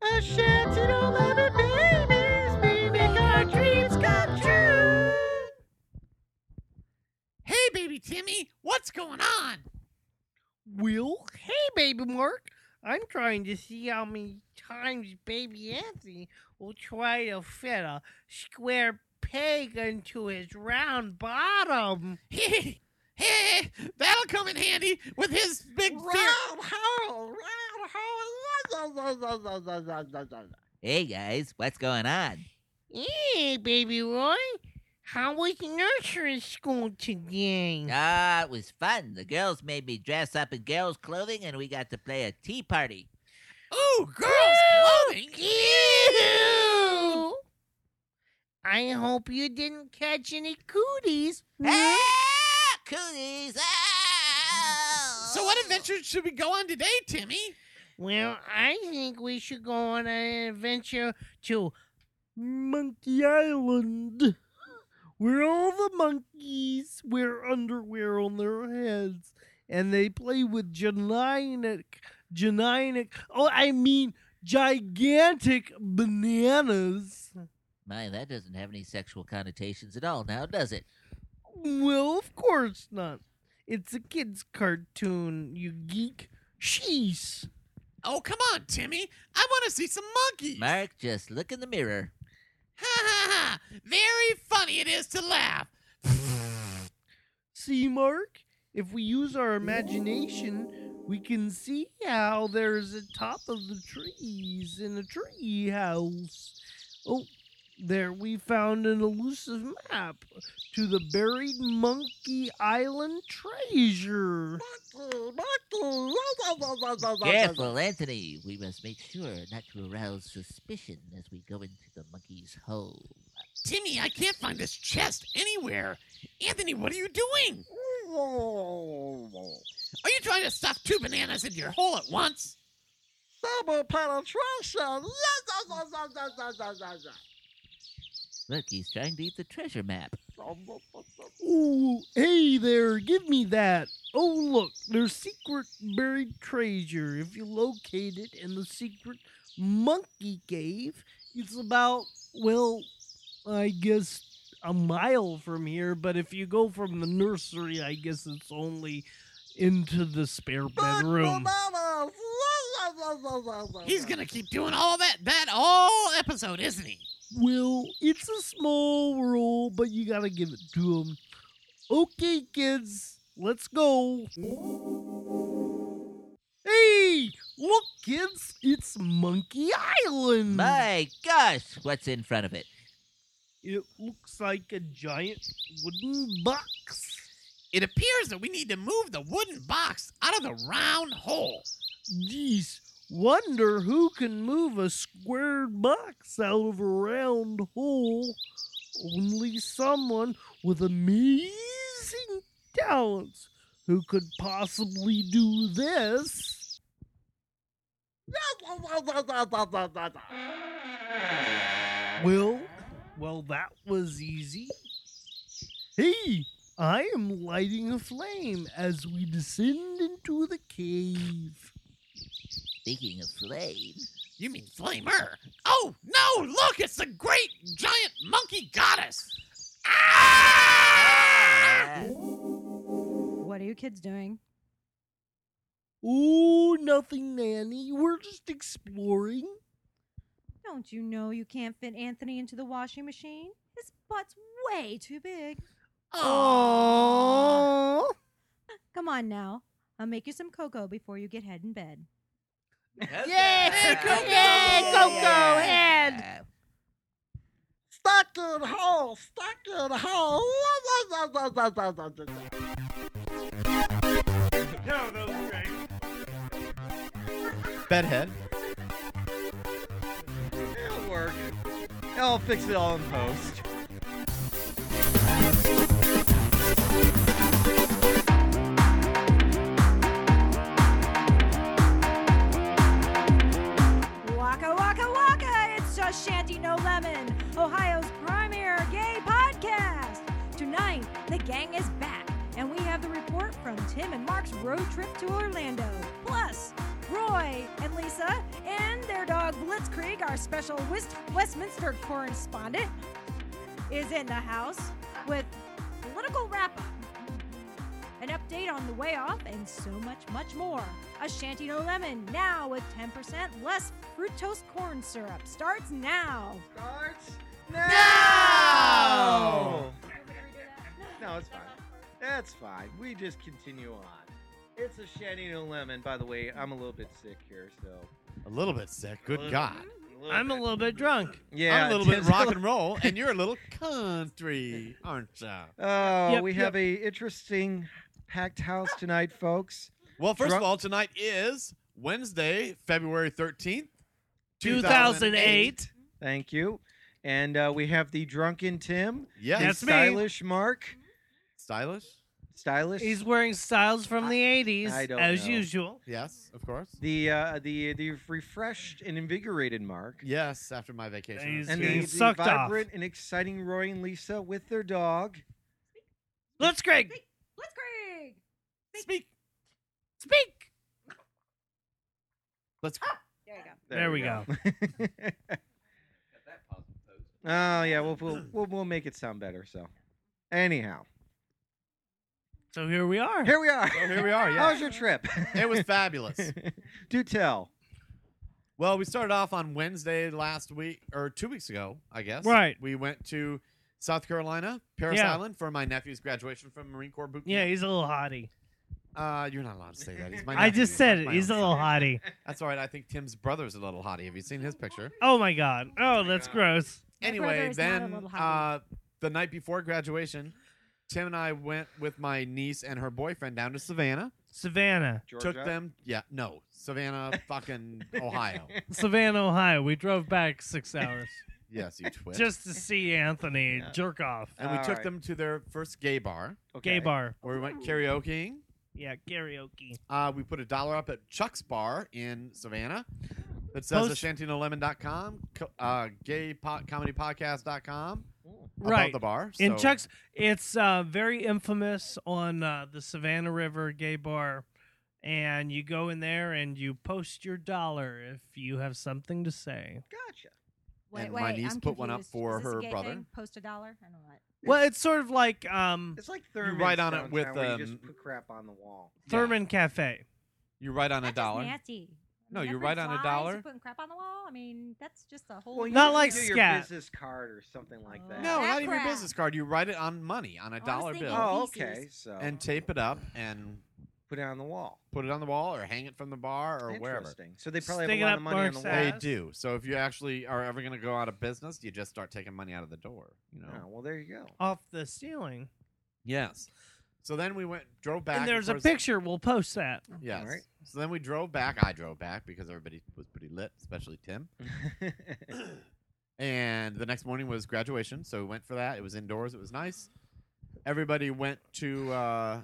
the chance, you know, loving babies, we make our dreams come true. Hey, baby Timmy, what's going on? Will? Hey, baby Mark. I'm trying to see how many times baby Anthony will try to fit a square peg into his round bottom. Hey, hey, that'll come in handy with his big fear. Round hole, round hole. Hey guys, what's going on? Hey, baby Roy. How was nursery school Hmm. today? Ah, it was fun. The girls made me dress up in girls' clothing and we got to play a tea party. Ooh, girls clothing. Ew! I hope you didn't catch any cooties. Mm-hmm. Ah, cooties! Ah! So, what adventure should we go on today, Timmy? Well, I think we should go on an adventure to Monkey Island, where all the monkeys wear underwear on their heads and they play with gigantic, gigantic, oh, I mean, gigantic bananas. My, that doesn't have any sexual connotations at all now, does it? Well, of course not. It's a kid's cartoon, you geek. Sheesh. Oh, come on, Timmy. I want to see some monkeys. Ha Mark, just look in the mirror. ha ha. Very funny it is to laugh. See, Mark, if we use our imagination, we can see how there's a top of the trees in a tree house. Oh, there we found an elusive map to the buried Monkey Island treasure. Careful, Anthony. We must make sure not to arouse suspicion as we go into the monkey's hole. Timmy, I can't find this chest anywhere. Anthony, what are you doing? Are you trying to stuff two bananas in your hole at once? Double penetration. Yes. Look, he's trying to eat the treasure map. Ooh, hey there, give me that. Oh, look, there's secret buried treasure. If you locate it in the secret monkey cave, it's about, well, I guess a mile from here, but if you go from the nursery, I guess it's only into the spare bedroom. He's going to keep doing all that, that all episode, isn't he? Well, it's a small world, but you gotta give it to him. Okay, kids, let's go. Hey, look, kids, it's Monkey Hmm. Island. My gosh, what's in front of it? It looks like a giant wooden box, It appears that we need to move the wooden box out of the round hole. Geez, wonder who can move a squared box out of a round hole. Only someone with amazing talents who could possibly do this. Well, well, that was easy. Hey, I am lighting a flame as we descend into the cave. Speaking of flame, You mean flamer? Oh, no, look, it's the great giant monkey goddess. Ah! What are you kids doing? Oh, nothing, Nanny. We're just exploring. Don't you know you can't fit Anthony into the washing machine? His butt's way too big. Oh. Come on now. I'll make you some cocoa before you get head in bed. Yay, Coco! Yay, Coco, head! Stuck in hole. Stuck in hole. Bedhead. It'll work. I'll fix it all in post. Waka waka waka! It's just Shanty No Lemon, Ohio's premier gay podcast. Tonight, the gang is back, and we have the report from Tim and Mark's road trip to Orlando. Plus, Roy, and Lisa, and their dog Blitzkrieg, our special West- Westminster correspondent, is in the house with political wrap up, an update on the way off, and so much, much more. A Shanty No Lemon, now with 10% less fructose corn syrup, starts now. Starts No! now! No, it's fine. That's fine. We just continue on. It's a Shanty No Lemon. By the way, I'm a little bit sick here, so. A little bit sick. Little- Good God. little I'm a bit. little bit drunk. Yeah, I'm a little bit Tim's rock and roll, and you're a little country, aren't you? Oh, Yep, we yep. have a interesting packed house tonight, folks. Well, first Drunk- of all, tonight is Wednesday, February 13th, 2008. Thank you. And uh, we have the drunken Tim, Yes. the That's me. stylish Mark, Stylish? stylish. He's wearing styles from the 80s, I don't as know. usual. Yes, of course. the uh, the the refreshed and invigorated Mark, Yes, after my vacation. He's and getting the, the sucked off. vibrant and exciting Roy and Lisa with their dog. Let's, Greg. Blitzkrieg! Speak. Speak! Ah. Let's There you go. There we oh yeah, we'll, we'll we'll we'll make it sound better. So, anyhow, So here we are. here we are. So here we are. How Yeah. was your trip? it was fabulous. Do tell. Well, we started off on Wednesday last week or two weeks ago, I guess. Right. We went to South Carolina, Paris Yeah. Island, for my nephew's graduation from Marine Corps boot camp. Yeah, he's a little hottie. Uh, you're not allowed to say that. He's my I nephew. just said That's it. my He's a own little son. hottie. That's all right. I think Tim's brother's a little hottie. Have you seen his picture? Oh my god. Oh, that's gross. My brother anyway, is not a then little hottie. uh, the night before graduation, Tim and I went with my niece and her boyfriend down to Savannah. Savannah. Georgia? Took them, yeah, no, Savannah, fucking Ohio. Savannah, Ohio. We drove back six hours Yes, you twit. just to see Anthony Yeah. jerk off. and we All took right. them to their first gay bar Gay Okay. bar. where we went karaokeing. Yeah, karaoke. Uh, we put a dollar up at Chuck's Bar in Savannah. It says Post- ashantinolemon.com, co- uh, gaycomedypodcast.com above Right. the bar. In so- Chuck's, it's uh, very infamous on uh, the Savannah River gay bar. And you go in there and you post your dollar if you have something to say. Gotcha. Wait, And wait, my niece I'm put one up confused. for Is this a her gay brother. thing? Post a dollar? I don't know what. Well, it's sort of like um, It's like Thurman's write on it downtown with, where you um, just put crap on the wall. Thurman Cafe. You write on a That's just dollar. Nasty. I No, mean, you're that brings right on a flies, dollar. You're putting crap on the wall. I mean, that's just a whole. Well, you Not just like do your scat. business card or something like that. No, That not even your crap. business card. You write it on money, on a was dollar thinking- bill, Oh, feces. okay. So and tape it up and put it on the wall put it on the wall or hang it from the bar or Interesting. wherever. So they probably Stick it have a lot of up money on the Mark's wall. They Yes. do. So if you actually are ever going to go out of business, you just start taking money out of the door. You know. Oh, well, there you go. off the ceiling. Yes. So then we went, drove back. and there's a course- picture. We'll post that. Yes. All right. So then we drove back. I drove back because everybody was pretty lit, especially Tim. Mm-hmm. And the next morning was graduation, so we went for that. It was indoors. It was nice. Everybody went to uh,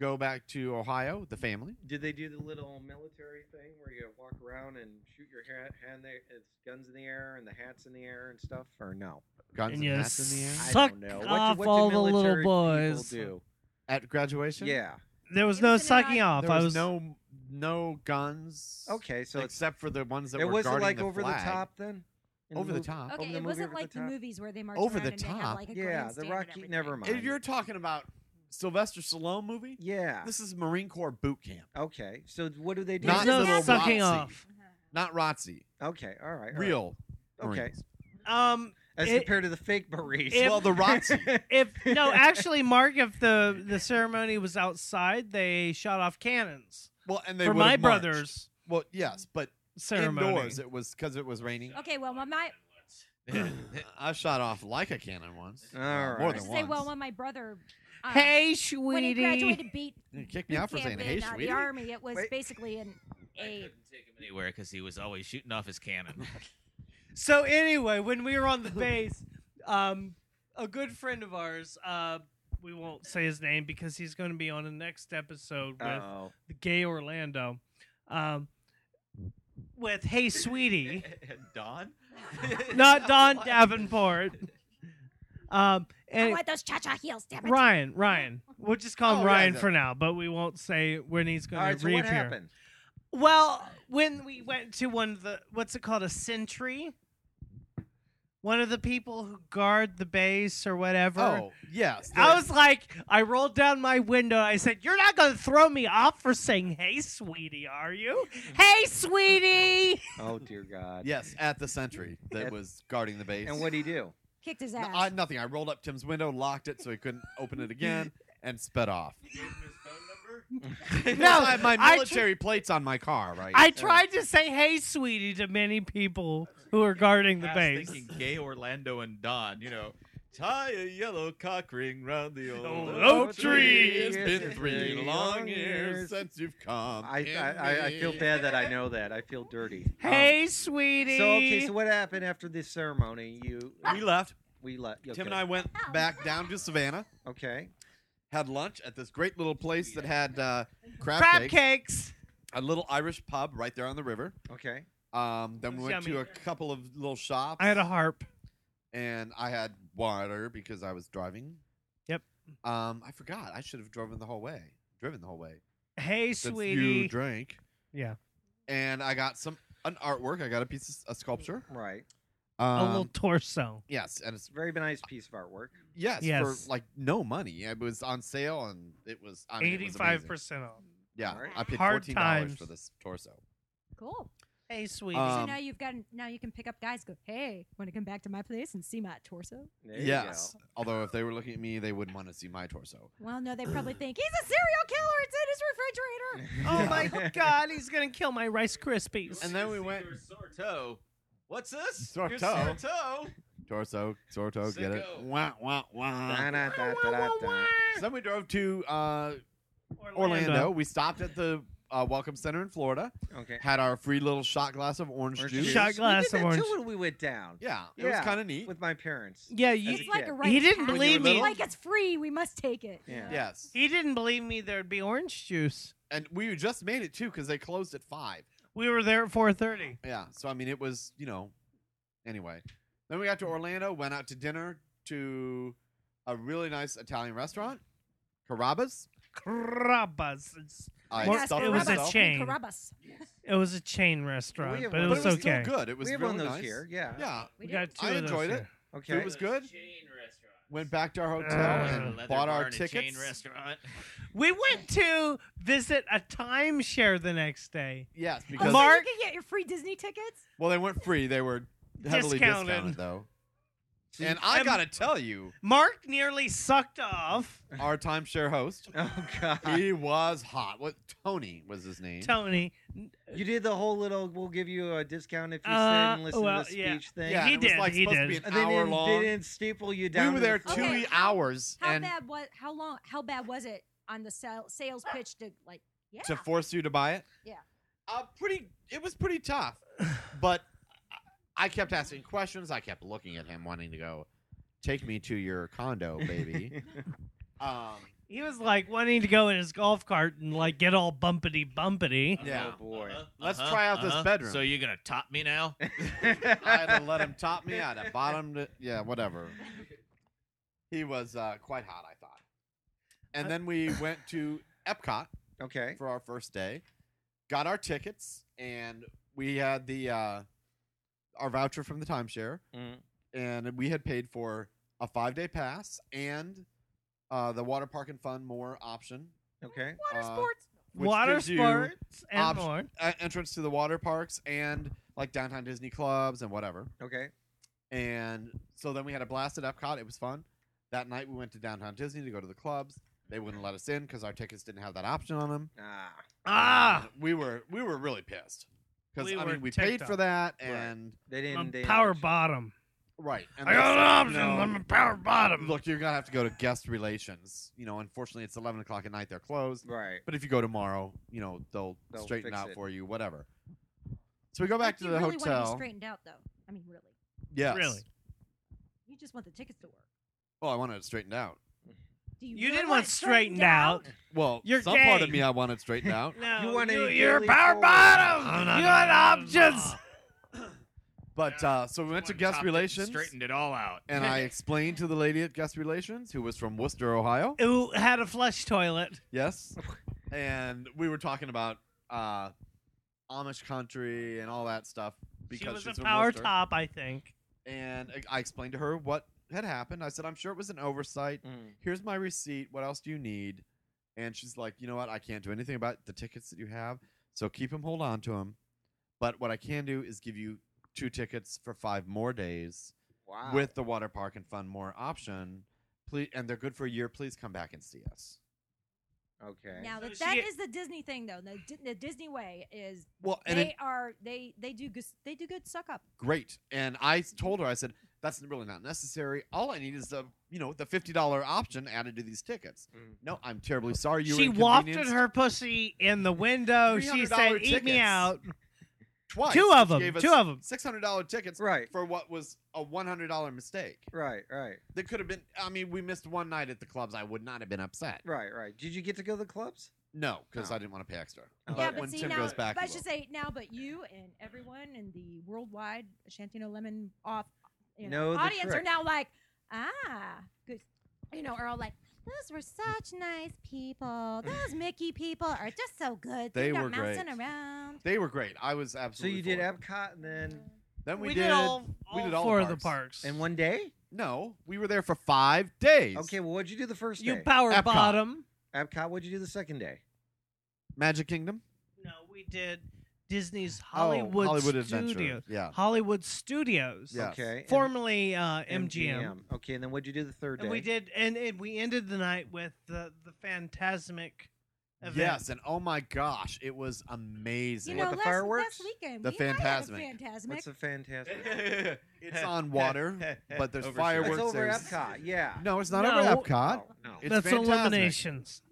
go back to Ohio, the family. Did they do the little military thing where you walk around and shoot your hat, hand there, it's guns in the air and the hats in the air and stuff, or no? Guns And and, you hats in the air I Suck don't know. What do- off what do all the little military people boys. Do? at graduation. Yeah. There was It no was an sucking odd- off. There I was, was no no guns. Okay, so it's, except for the ones that it were wasn't guarding like the over flag. the top then. In Over the movie- top. Okay, Over the it movie, wasn't over like the the top. movies where they march Over around the and they have, top. like a Yeah, the grandstand and Rocky. everything. Never mind. If you're talking about Sylvester Stallone movie, yeah. this is Marine Corps boot camp, Okay. So what do they do? there was Not no little sucking Roxy. off. not ROTC. Okay. All right. all right. Real. Okay. Marines. Um, As It- compared to the fake Marines. If- well, the ROTC. if no, actually, Mark, if the the ceremony was outside, they shot off cannons well, and they for would've my marched. brother's Well, yes, but ceremony. indoors it was because it was raining. Okay, well, my, my I shot off like a cannon once. All Uh, right. More I than should say, once. well, when my brother, uh, Hey, when he sweetie. graduated, beat you kicked me out for saying camp hey, in uh, the sweetie. army. It was Wait. basically an I a. couldn't take him anywhere because he was always shooting off his cannon. So anyway, when we were on the base, um, a good friend of ours, uh, we won't say his name because he's going to be on the next episode with Uh. Oh. the gay Orlando, um, with Hey Sweetie, Don? not Don Davenport, um, I and want those cha-cha heels, damn it! Ryan. Ryan, we'll just call him Oh, yeah, Ryan the- for now, but we won't say when he's All going right. to So what reappear. happened? Well, when we went to one of the what's it called a sentry, one of the people who guard the base or whatever. Oh, yes. I there- was like, I rolled down my window. I said, "You're not gonna throw me off for saying hey, sweetie, are you? Hey, sweetie." Oh dear God. yes, at the sentry that At- was guarding the base. And what'd he do? Kicked his N- ass. I, nothing. I rolled up Tim's window, locked it so he couldn't open it again, and sped off. No, I had my I tr- military plates on my car, right? I tried to say hey, sweetie to many people who are guarding the I was base. thinking gay Orlando and Don, you know. Tie a yellow cock ring round the old old oak tree. It's been It's three been long long years years. since you've come. I, in I, I, I feel me. bad that I know that. I feel dirty. Um, Hey, sweetie. So okay, so what happened after this ceremony? You We left. we left. Tim and I went back down to Savannah, Okay. had lunch at this great little place that had uh, crab, crab cakes, cakes. a little Irish pub right there on the river. Okay. Um, then we That's went to yummy. a couple of little shops. I had a harp. and I had water because I was driving. Yep. Um, I forgot. I should have driven the whole way. Driven the whole way. Hey, Since sweetie. you drank. Yeah. And I got some an artwork. I got a piece of s- a sculpture. Right. Um, a little torso. yes, and it's Very nice piece of artwork. yes, Yes. for like no money. It was on sale and it was I mean, it was Eighty-five amazing. percent off. Yeah, Alright. I paid Hard fourteen dollars times. for this torso. cool. Hey, sweetie. Um, so now you've gotten. Now you can pick up guys. Go. Hey, want to come back to my place and see my torso? There yes, although if they were looking at me, they wouldn't want to see my torso. Well, no, they probably think he's a serial killer. It's in his You refrigerator. go. oh my God, he's gonna kill my Rice Krispies. And then we went- Sorto. What's this? Sorto. Your Sorto. Torso, torso, get it? Sicko. Wah wah wah. Da-da-da-da-da. So then we drove to uh, Orlando. We stopped at the uh, Welcome Center in Florida. Okay. Had our free little shot glass of orange, Orange juice. juice. Shot glass we did of that orange. Too when we went down Yeah, it was Yeah. kind of neat. with my parents. Yeah, you. As It's like a kid. right. he didn't path. believe me. little? Like it's free. We must take it. Yeah. yes, He didn't believe me. There'd be orange juice. and we just made it too because they closed at five. We were there at four thirty. Yeah, so I mean it was you know, anyway. Then we got to Orlando, went out to dinner to a really nice Italian restaurant, Carrabba's. Carabas. It's- I Well, stuffed it was a myself. chain. In Carrabas. It was a chain restaurant, We have but it one. but was it was okay. still good. It was we have really one of those nice. here. Yeah. Yeah, We We did. got two I of those enjoyed here. it. Okay. It was good. Chain restaurant. Went back to our hotel Uh, and bought our Chain tickets. restaurant. We went to visit a timeshare the next day. Yes, Oh, so because Mark- you can get your free Disney tickets. well, they weren't free. They were heavily discounted, Discounted. though. And I And- gotta tell you, Mark nearly sucked off our timeshare host, Oh God. he was hot. What Tony was his name? Tony. You did the whole little. We'll give you a discount if you Uh, sit and listen well, to the yeah. speech thing. yeah, He and it was did, like he supposed did. to be And an they hour didn't, They long. didn't staple you We down. were to the there floor. two floor. Okay. hours How and bad was? How long? How bad was it on the sal- sales pitch to like? Yeah. to force you to buy it. Yeah. uh, pretty. It was pretty tough, but I- I kept asking questions. I kept looking at him, wanting to go, "Take me to your condo, baby." um, He was like wanting to go in his golf cart and like get all bumpity bumpity. Yeah. Uh-huh. Oh boy. Let's try out this bedroom. Uh-huh. So you're gonna top me now? I had to let him top me out, of bottom to yeah, whatever. He was uh, quite hot, I thought. And then we went to Epcot Okay. for our first day, got our tickets, and we had the uh, our voucher from the timeshare, Mm. and we had paid for a five day pass and uh, the water park and fun more option, Okay. Water uh, sports. which Water gives you sports and option- more. a- e-, entrance to the water parks and like downtown Disney clubs and whatever. Okay. And so then we had a blast at Epcot. It was fun. That night we went to downtown Disney to go to the clubs. They wouldn't let us in because our tickets didn't have that option on them. Ah. Ah, And we were we were really pissed because We I were mean we ticked paid for off. that Right. and They I'm didn't. They power didn't let bottom. right. And I they got said, an option. "No, I'm a power bottom. Look, you're gonna have to go to guest relations. You know, unfortunately, it's eleven o'clock at night. They're closed. you. Right. But if you go tomorrow, you know they'll, They'll straighten fix out it. for you. Whatever. So we go back Like, to you the really Want to be hotel. straightened out though. I mean, really. Yes. Really? You just want the tickets to work. Well, I wanted it straightened out. Do you, you, really didn't want want it straightened out. Well, You're some part of gay. me I wanted straightened out. No, You want a you're a daily power forward. bottom. No, no, you no, had no, no, no. options. But Yeah. uh, so we went to Someone guest topped it and relations, Straightened it all out. and I explained to the lady at guest relations, who was from Worcester, Ohio. Who had a flush toilet? Yes, and we were talking about uh, Amish country and all that stuff She because was she's a from power Worcester. top, I think. And I- I explained to her what had happened. I said, I'm sure it was an oversight. Mm. Here's my receipt. What else do you need? And she's like, you know what? I can't do anything about the tickets that you have. So keep them, hold on to them. But what I can do is give you two tickets for five more days Wow. with the water park and fun more option. Please, and they're good for a year. Please come back and see us. okay. Now So that, that she- is the Disney thing though. The, Di- the Disney way is Well, and they it- are they they do good they do good suck up. great. And I told her, I said, that's really not necessary. All I need is the, you know, the fifty dollar option added to these tickets. Mm. No, I'm terribly sorry. You were she wafted inconvenienced her pussy in the window. She said, $300 "Eat me tickets." out." twice. Two of 'em, two of 'em. Six hundred dollar tickets Right. for what was a one hundred dollar mistake. Right. Right. That could have been. I mean, we missed one night at the clubs. I would not have been upset. Right. Right. Did you get to go to the clubs? No, because No. I didn't want to pay extra. Oh, yeah, But okay. but when see Tim now, goes back, but I he should will. say now, but you and everyone in the worldwide Shantino Lemon off you Know know, the audience are trick. now like ah good you know are all like those were such nice people. Those Mickey people are just so good. They are were great. Mousing around. they were great. I was So absolutely. you did for it. Epcot and then Then we, did, all, we did all four of the parks. parks. in one day. No, we were there for five days. Okay. Well, what'd you do the first you day? power Epcot. bottom. Epcot. What'd you do the second day? Magic Kingdom. No, we did Disney's Oh, Hollywood, Hollywood Studios. Adventure. Yeah. Hollywood Studios. Yes. Okay. and Formerly uh, MGM. Okay. And then what'd you do the third day? And we did, and, and we ended the night with the the phantasmic event. Yes, and oh my gosh, it was amazing. You know, the last, fireworks? last weekend The we might have a Fantasmic. Fantasmic. What's a fantastic? It's on water, but there's Overshot. fireworks. It's over there's- Epcot. Yeah. No, it's not No. over Epcot. Oh, no. It's That's Fantasmic. eliminations.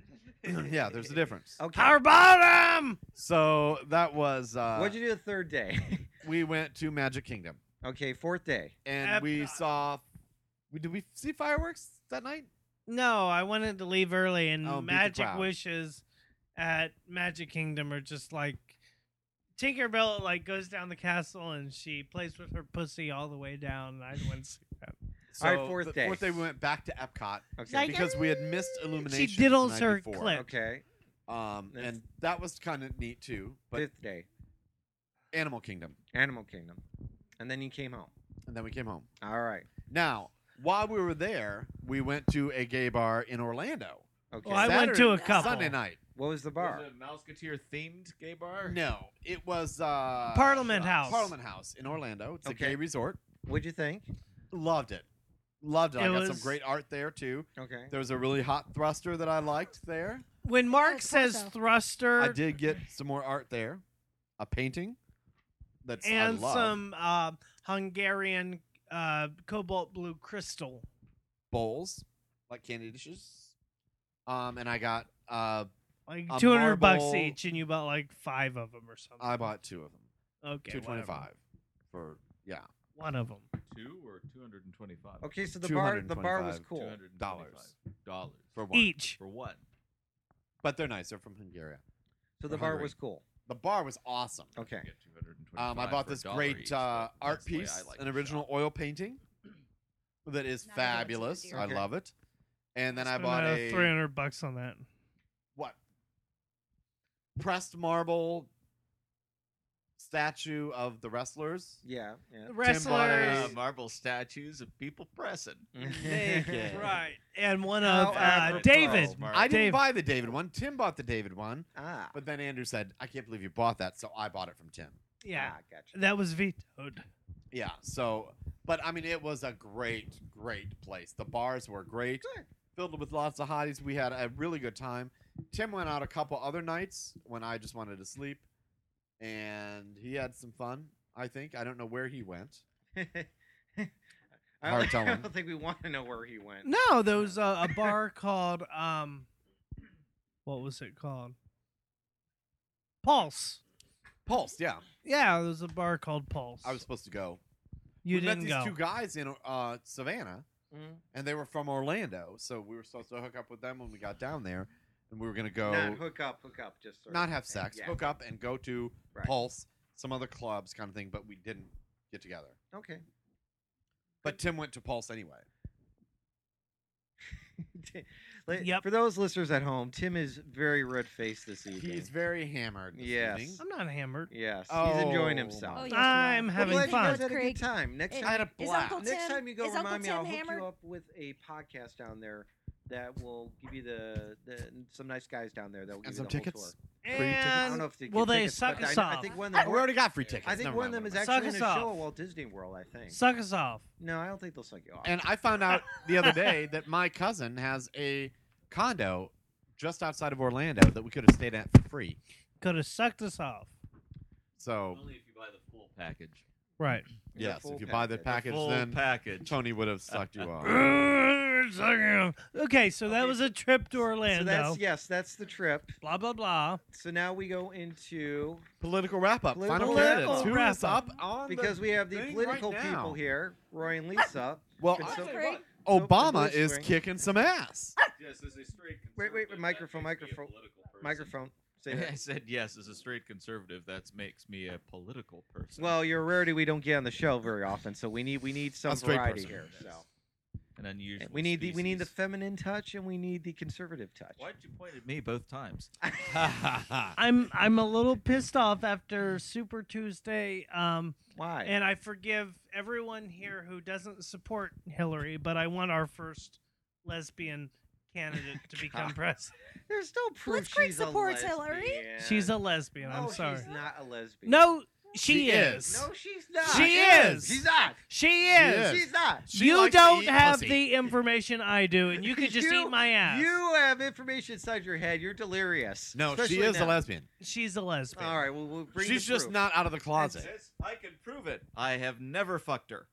yeah, there's a difference. Oh, Okay. Power bottom. So that was uh, What'd you do the third day? we went to Magic Kingdom okay. Fourth day. and we Epcot. saw. We, did we see fireworks that night? No, I wanted to leave early, and Oh, beat the magic crowd. wishes at Magic Kingdom are just like Tinkerbell. Like goes down the castle, and she plays with her pussy all the way down. and I went. to see that. All right, So fourth the day. Fourth day we went back to Epcot Okay. Like- because we had missed illumination. the diddles night her before. clit. okay. Um, That's- and that was kind of neat too. But Fifth day. Animal Kingdom, Animal Kingdom. And then you came home. and then we came home. All right. Now, while we were there, we went to a gay bar in Orlando. Okay. Well, Oh, I went to a couple. Sunday night. what was the bar? Was it a Mouseketeer themed gay bar? No, it was uh, Parliament House. Parliament House in Orlando. It's Okay. a gay resort. What'd you think? Loved it. Loved it. I It got was- some great art there too. Okay. There was a really hot thruster that I liked there. When Mark it's says torso. thruster, I did get some more art there. A painting that's and I love. some uh, Hungarian uh, cobalt blue crystal. bowls, like candy dishes. Um, and I got uh, Like A two hundred bucks marble- each, and you bought like five of them or something. I bought two of them, okay, two twenty whatever. five for yeah One of them. Two or two hundred and twenty-five. Okay, so the bar the bar was 225, cool. Dollars. Dollars for one. Each. for what? But they're nice. They're from Hungary. So the for bar Hungary. was cool. The bar was awesome. Okay. Get 225 Um, I bought for a this dollar great each, uh, but art that's the way piece, I like an to original shop. oil painting that is Not a really fabulous. good I deal. love it. And then I Spent bought another a 300 bucks on that. what pressed marble statue of the wrestlers. Yeah. Yeah. Uh, Wrestlers. marble statues of people pressing. Mm-hmm. Naked. Right. And one of How uh, apropos. David. Mark. I didn't Dave. buy the David one. Tim bought the David one, ah. but then Andrew said, "I can't believe you bought that," so I bought it from Tim. Yeah. Ah, gotcha. That was vetoed. Yeah. So, but I mean, it was a great, great place. The bars were great, Good. filled with lots of hotties. We had a really good time. Tim went out a couple other nights when I just wanted to sleep, and he had some fun. I think I don't know where he went. I, Hard don't, I telling. don't think we want to know where he went. No, there was a, a bar called, um, what was it called? Pulse. Pulse, yeah. Yeah, there was a bar called Pulse. I was supposed to go. you we met didn't these go. two guys in uh, Savannah, Mm. and they were from Orlando, so we were supposed to hook up with them when we got down there, and we were gonna go Not hook up, hook up, just sort not of- have sex, Yeah. hook up, and go to Right. Pulse, some other clubs kind of thing, but we didn't get together. Okay. But Tim went to Pulse anyway. Like, Yep. For those listeners at home, Tim is very red faced this evening. He's very hammered. This Yes. evening. I'm not hammered. yes, he's Oh, enjoying my himself. Oh, yes, you I'm are. I'm having glad You fun. guys had a Craig. good time. Next It- I time, had a Is blast. Uncle next Tim- time you go, is Uncle remind me. I'll Tim hook hammered? you up with a podcast down there that will give you the, the some nice guys down there that will give And you some the whole tickets. tour. I don't know And if they will get they tickets, suck but I us kn- I off? think one of them. we already got free tickets. I think Never one of mind, them is never mind. Suck actually in a us show off. at Walt Disney World. I think. suck us off. No, I don't think they'll suck you off. And I found out the other day that my cousin has a condo just outside of Orlando that we could have stayed at for free. Could have sucked us off. So Only if you buy the full package. Right. The yes, full if you buy the package, full then package. Tony would have sucked you off. okay, so that Okay. was a trip to So Orlando. that's yes, that's the trip. Blah blah blah. So now we go into Political wrap up. Final Political candidates. wrap-up. Who is Wrap-up. up on because the, we have the thing right political now. people here, Roy and Lisa. well, Can I- some- Craig. Obama Nope, the blue is string. kicking some ass. Yes, as a straight Wait, wait, wait, conservative, that microphone, makes me a microphone, political person. Microphone. Say I that. said yes as a straight conservative. That makes me a political person. Well, you're a rarity we don't get on the show very often, so we need we need some A straight variety person. here. So an unusual. we need the we need the species. feminine touch and we need the conservative touch. Why'd you point at me both times? I'm I'm a little pissed off after Super Tuesday. Um, Why? and I forgive everyone here who doesn't support Hillary, but I want our first lesbian candidate to become God. president. There's no proof Blitzkrieg she's a supports lesbian. Hillary. She's a lesbian. I'm No, sorry. she's not a lesbian. No, she, She is. is. No, she's not. She is. She's not. She She is. is. She's not. She you likes to don't eat have pussy. the information I do, and you could just You- eat my ass. You have information inside your head. You're delirious. No, she Especially is now. a lesbian. She's a lesbian. All right, well, we'll bring She's the just proof. not out of the closet. Says, I can prove it. I have never fucked her.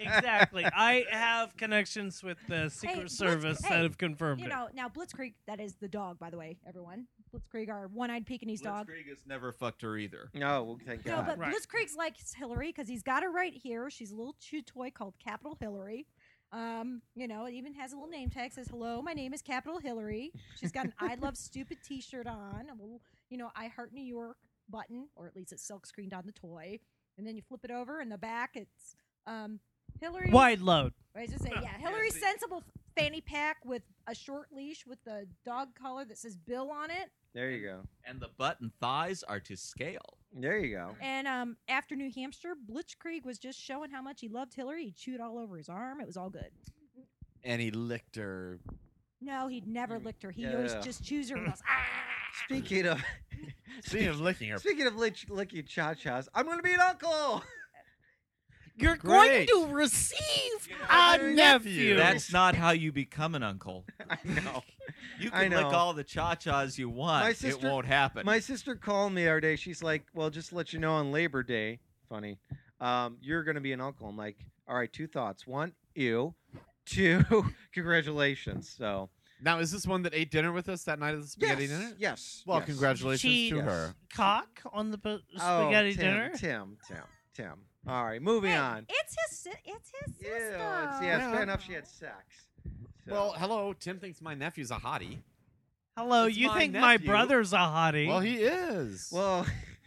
Exactly. I have connections with the Secret Blitz- Service hey, that have confirmed You it. know, now Blitzkrieg, that is the dog, by the way, everyone. Blitzkrieg, our one eyed Pekingese dog. Blitzkrieg has never fucked her either. No, well, thank No, God. but Right. Blitzkrieg's like Hillary because he's got her right here. She's a little chew toy called Capital Hillary. Um, you know, it even has a little name tag says, "Hello, my name is Capital Hillary." She's got an "I Love Stupid" T-shirt on, a little, you know, "I Heart New York" button, or at least it's silk screened on the toy. And then you flip it over, in the back it's um, Hillary. Wide load. I just say, No. yeah, Hillary's the- sensible fanny pack with a short leash with the dog collar that says Bill on it, there you go. And the butt and thighs are to scale. There you go. And um, after New Hampshire, Blitzkrieg was just showing how much he loved Hillary. He chewed all over his arm. It was all good. And he licked her. No, he'd never Mm, licked her. He always yeah. just chews her. and goes, ah! Speaking of Speaking of licking her. speaking of lick, licky cha chas, I'm gonna be an uncle. You're Great. going to receive You know, a Very nephew. That's not how you become an uncle. I know. You I can lick know. all the cha chas you want. My sister- it won't happen. My sister called me the other day. She's like, "Well, just to let you know, on Labor Day, funny, um, you're gonna be an uncle." I'm like, "All right, two thoughts. One, ew. Two, congratulations." So Now, is this one that ate dinner with us that night at the spaghetti yes, dinner? Yes. Well, yes. congratulations She- to Yes. her. Cock on the po- Oh, spaghetti Tim, dinner. Tim, Tim, Tim. All right, moving Ah! Hey, on. It's his. Si- it's his Ew, sister. it's, yeah, it's Yeah. fair enough she had sex. So- Well, hello. Tim thinks my nephew's a hottie. Hello, It's you my think my nephew. brother's a hottie? Well, he is. well,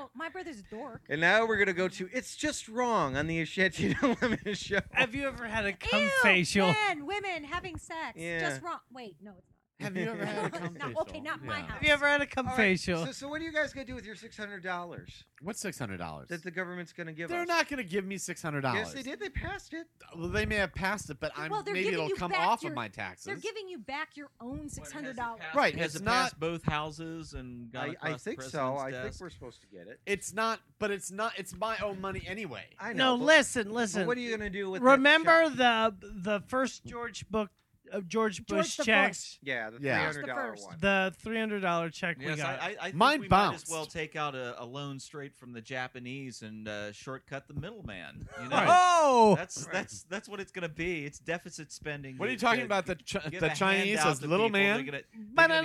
Oh, my brother's a dork. and now we're gonna go to it's just wrong on the Ashanti Women Show. have you ever had a cum Ew, facial? Men, women having sex. Yeah. Just wrong. Wait, no, it's not. have you ever had a cum No, facial? okay, not my house. Have you ever had a cum All right, facial? So, so what are you guys gonna do with your six hundred dollars What's six hundred dollars? that the government's gonna give They're us? not going to give me six hundred dollars. Yes, they did. They passed it. Well, they may have passed it, but I'm Well, they're maybe giving it'll you come back off your- of my taxes. They're giving you back your own six hundred dollars. Right, Has it's it not- passed both houses and got I, I across the think so. I president's think desk? we're supposed to get it. it's not, but it's not. It's my own money anyway. I no, know. but- listen, but listen. what are you gonna do with? that Remember check? the the first George book uh, George George Bush the checks, Yeah, the three Yeah. hundred dollar First. one. the three hundred dollar check we Yes, I, got. I, I think Mine we might bounced. as well take out a, a loan straight from the Japanese and uh, shortcut the middleman. You know, Right. Oh, that's Right. that's that's what it's going to be. It's deficit spending. What are you to- talking to about? The Ch- give the a Chinese handout as to little people. They're man. gonna- Ba- gonna na- be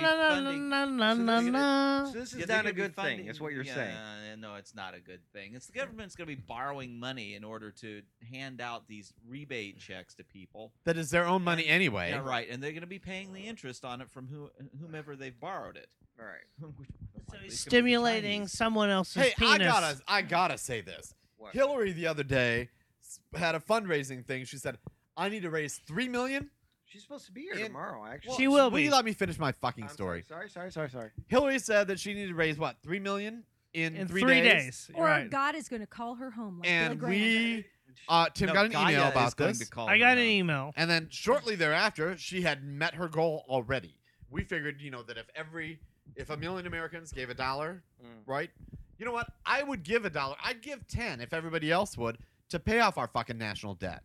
na- na- funding- na- na- so they're na- gonna- na. So this is Yeah, they're not a gonna be good thing, funding- is what you're yeah, saying. uh, No, it's not a good thing. It's the government's going to be borrowing money in order to hand out these rebate checks to people. That is their own money anyway. Yeah, right. And they're going to be paying the interest on it from who, whomever they've borrowed it. All right. Which- So likely it's gonna be stimulating Chinese. someone else's Hey, penis. I gotta, I gotta say this. What? Hillary the other day s- had a fundraising thing. She said, "I need to raise three million She's supposed to be here And- tomorrow, actually. She will will be. you let me finish my fucking I'm story? Sorry, sorry, sorry, sorry. Hillary said that she needed to raise what three million in, in three, days. Or right. God is going to call her home. Like And Billy Graham. we, uh, Tim No, got an Gaia email is about going this, to call I her got an now. email. and then shortly thereafter, she had met her goal already. We figured, you know, that if every if a million Americans gave a dollar, Mm. right? You know what? I would give a dollar. I'd give ten if everybody else would to pay off our fucking national debt.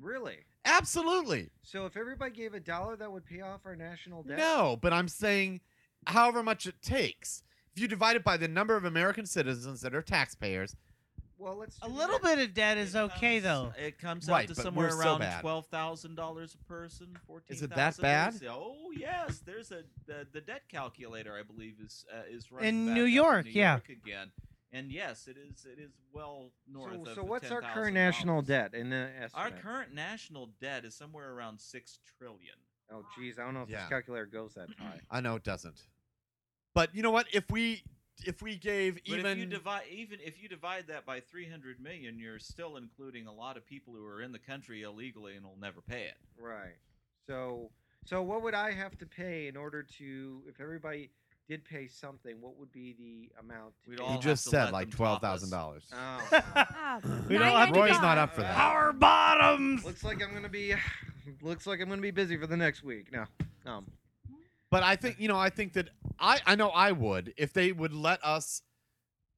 Really? Absolutely. So if everybody gave a dollar, that would pay off our national debt. No, but I'm saying however much it takes. If you divide it by the number of American citizens that are taxpayers, Well, let's. A do little that. bit of debt is okay though. It comes Right, but out to we're somewhere so around bad. twelve thousand dollars a person. Fourteen. Is it that bad? Oh yes, there's a the, the debt calculator. I believe is uh, is running In back New up York, New yeah. York again. And yes, it is it is well north. So, of so the what's our $10,000. current national debt in the estimate? Our current national debt is somewhere around six trillion. Oh, geez, I don't know if Yeah. this calculator goes that high. I know it doesn't. But you know what? If we if we gave But even if you divide even if you divide that by 300 million, you're still including a lot of people who are in the country illegally and will never pay it. Right. So, so what would I have to pay in order to, if everybody did pay something, what would be the amount? to We'd pay? you all just have to said let like them top twelve us. thousand dollars. Uh, Oh. Ah, We don't have to Roy's be- not up for that. Power bottoms. looks like I'm gonna be, looks like I'm gonna be busy for the next week. No, um, But I think you know, I think that I I know I would if they would let us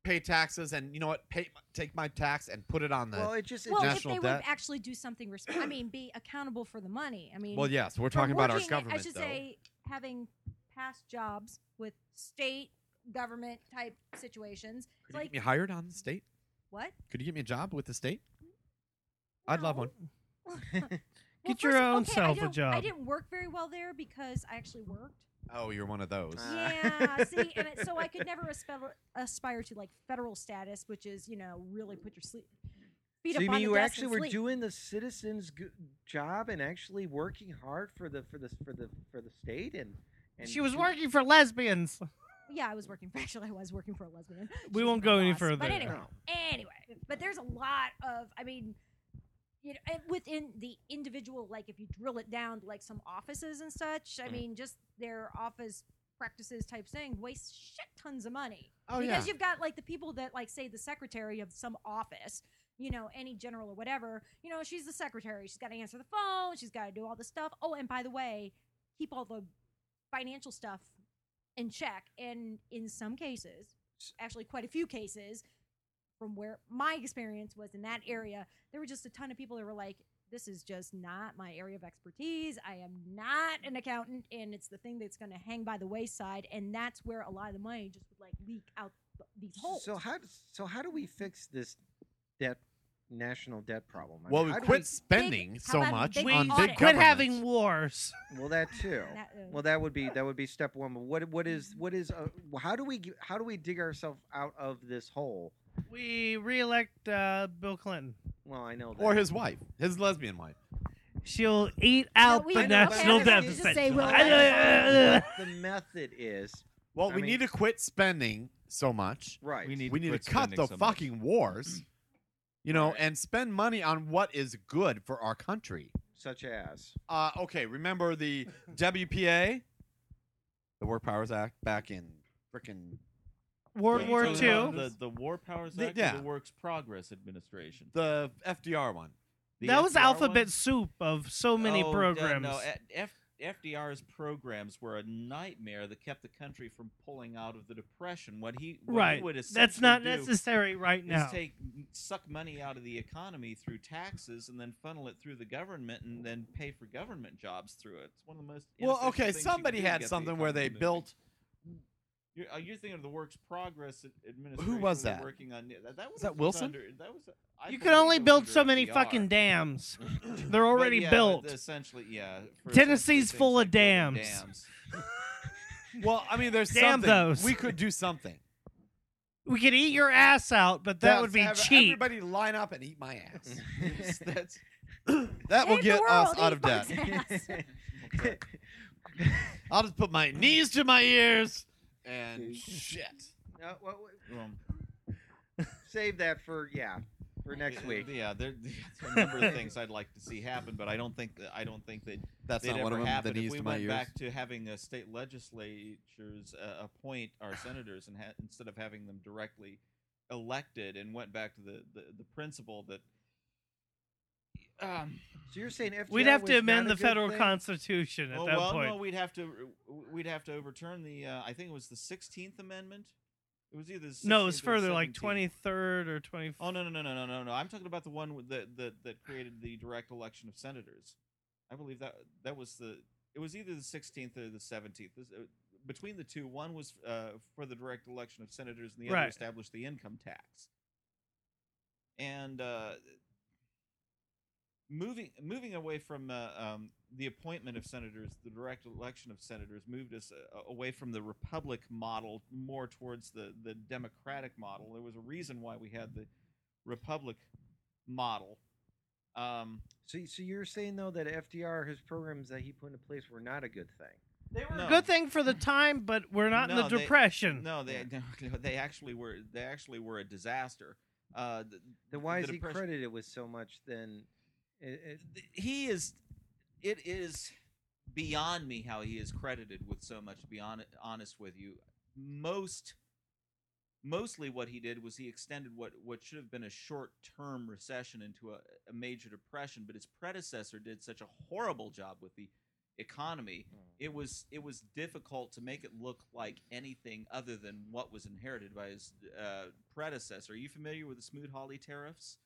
pay taxes and you know what, pay take my tax and put it on the. well, it just, it Well, if just they National would debt. actually do something, resp- I mean, be accountable for the money. I mean, Well, yes, we're from talking about our working at- government I should though. say, having past jobs with state government type situations. It's Could you like get me hired on the state? what? Could you get me a job with the state? I'd love No. one. Well, Get first your of- own okay, I self a didn't- I job. didn't work very well there because I actually worked. Oh, you're one of those. Ah. Yeah, see, and it, so I could never aspe- aspire to like federal status, which is you know really put your sleep feet so up you on mean the you desk actually and were sleep. doing the citizens' g- job and actually working hard for the for the for the for the state and, and She was do- working for lesbians. Yeah, I was working. For, actually, I was working for a lesbian. We She's won't my go any boss. further. But anyway, No. anyway, but there's a lot of, I mean, you know, and within the individual, like if you drill it down to like some offices and such, I Mm. Mhm. mean, just their office practices type thing waste shit tons of money Oh yeah. because you've got like the people that like say the secretary of some office you know any general or whatever you know she's the secretary she's got to answer the phone she's got to do all this stuff oh and by the way keep all the financial stuff in check and in some cases actually quite a few cases from where my experience was in that area there were just a ton of people that were like this is just not my area of expertise i am not an accountant and it's the thing that's going to hang by the wayside and that's where a lot of the money just would like leak out th- these holes So how d- so how do we fix this debt national debt problem? I Well, mean, we how do quit Big- spending how so about much big on audit? big Quit government. having wars. well, that too. That, uh, Well, that would be that would be step one. But what what is what is uh, wh- how do we g- how do we dig ourselves out of this hole? We reelect uh, Bill Clinton. Well, I know that. or his wife, his lesbian wife. She'll eat No, out we- the okay, national I was just deficit. say, well, I- the method is Well, I we mean- need to quit spending so much. right. We need- We need to quit cut spending the so much. fucking wars, you know, Right. and spend money on what is good for our country. such as Uh, okay, remember the WPA, the Work Powers Act, back in frickin' World Wait, so War II. now The, the War Powers The- Act, yeah. yeah. the Works Progress Administration. the FDR one. The that was FDR alphabet one? soup of so many Oh, yeah, programs. no, F- F- FDR's programs were a nightmare that kept the country from pulling out of the depression. What he what he right. would That's not essentially do necessary right is now. take suck money out of the economy through taxes and then funnel it through the government and then pay for government jobs through it. It's one of the most Well, inefficient okay, things you can somebody do to had get the something where they economy moving. built. You're, uh, you're thinking of the Works Progress Ad- administration. was they're that? Working on that, that was that was Wilson? Under, that was. I you believe can only it was build under so many FDR. fucking dams. They're But already yeah, built. Essentially, yeah. for Tennessee's essentially full things of building dams. Well, I mean, there's Damn something those. we could do something. We could eat your ass out, but that That's- would be have cheap. Everybody line up and eat my ass. dams. That's That will Save the get us world, out eat of my debt. ass. I'll just put my knees to my ears and shit. No, well, w- um, save that for yeah. for next Yeah, week. Yeah, there, there's a number of things I'd like to see happen, but I don't think that, I don't think that That's they'd not ever one of them. happen. The if knees we to my went ears. back to having uh, state legislatures uh, appoint our senators and ha- instead of having them directly elected, and went back to the the, the principle that. Um, So you're saying FDR We'd have was to not amend a the good federal thing? constitution at well, that Oh, well, point. no, we'd have to we'd have to overturn the uh, I think it was the Sixteenth Amendment. It was either the No, it was 16th or further, like 17th. twenty third or twenty. Oh no no no no no no no! I'm talking about the one with the, that that created the direct election of senators. I believe that that was the it was either the 16th or the 17th. This- uh, Between the two, one was uh, for the direct election of senators, and the other Right. established the income tax. And uh, moving moving away from uh, um, the appointment of senators, the direct election of senators moved us uh, away from the republic model more towards the the democratic model. There was a reason why we had the republic model. Um, So, so you're saying though that FDR, his programs that he put into place were not a good thing. They were No. a good thing for the time, but we're not in No, the they- depression. no, they no, they actually were they actually were a disaster. Uh, th- Then why the is he depression- credited with so much? Then, it, it, th- he is it is beyond me how he is credited with so much to be hon- honest with you most mostly what he did was he extended what what should have been a short-term recession into a, a major depression but his predecessor did such a horrible job with the economy it was it was difficult to make it look like anything other than what was inherited by his uh, predecessor are you familiar with the smoot-hawley tariffs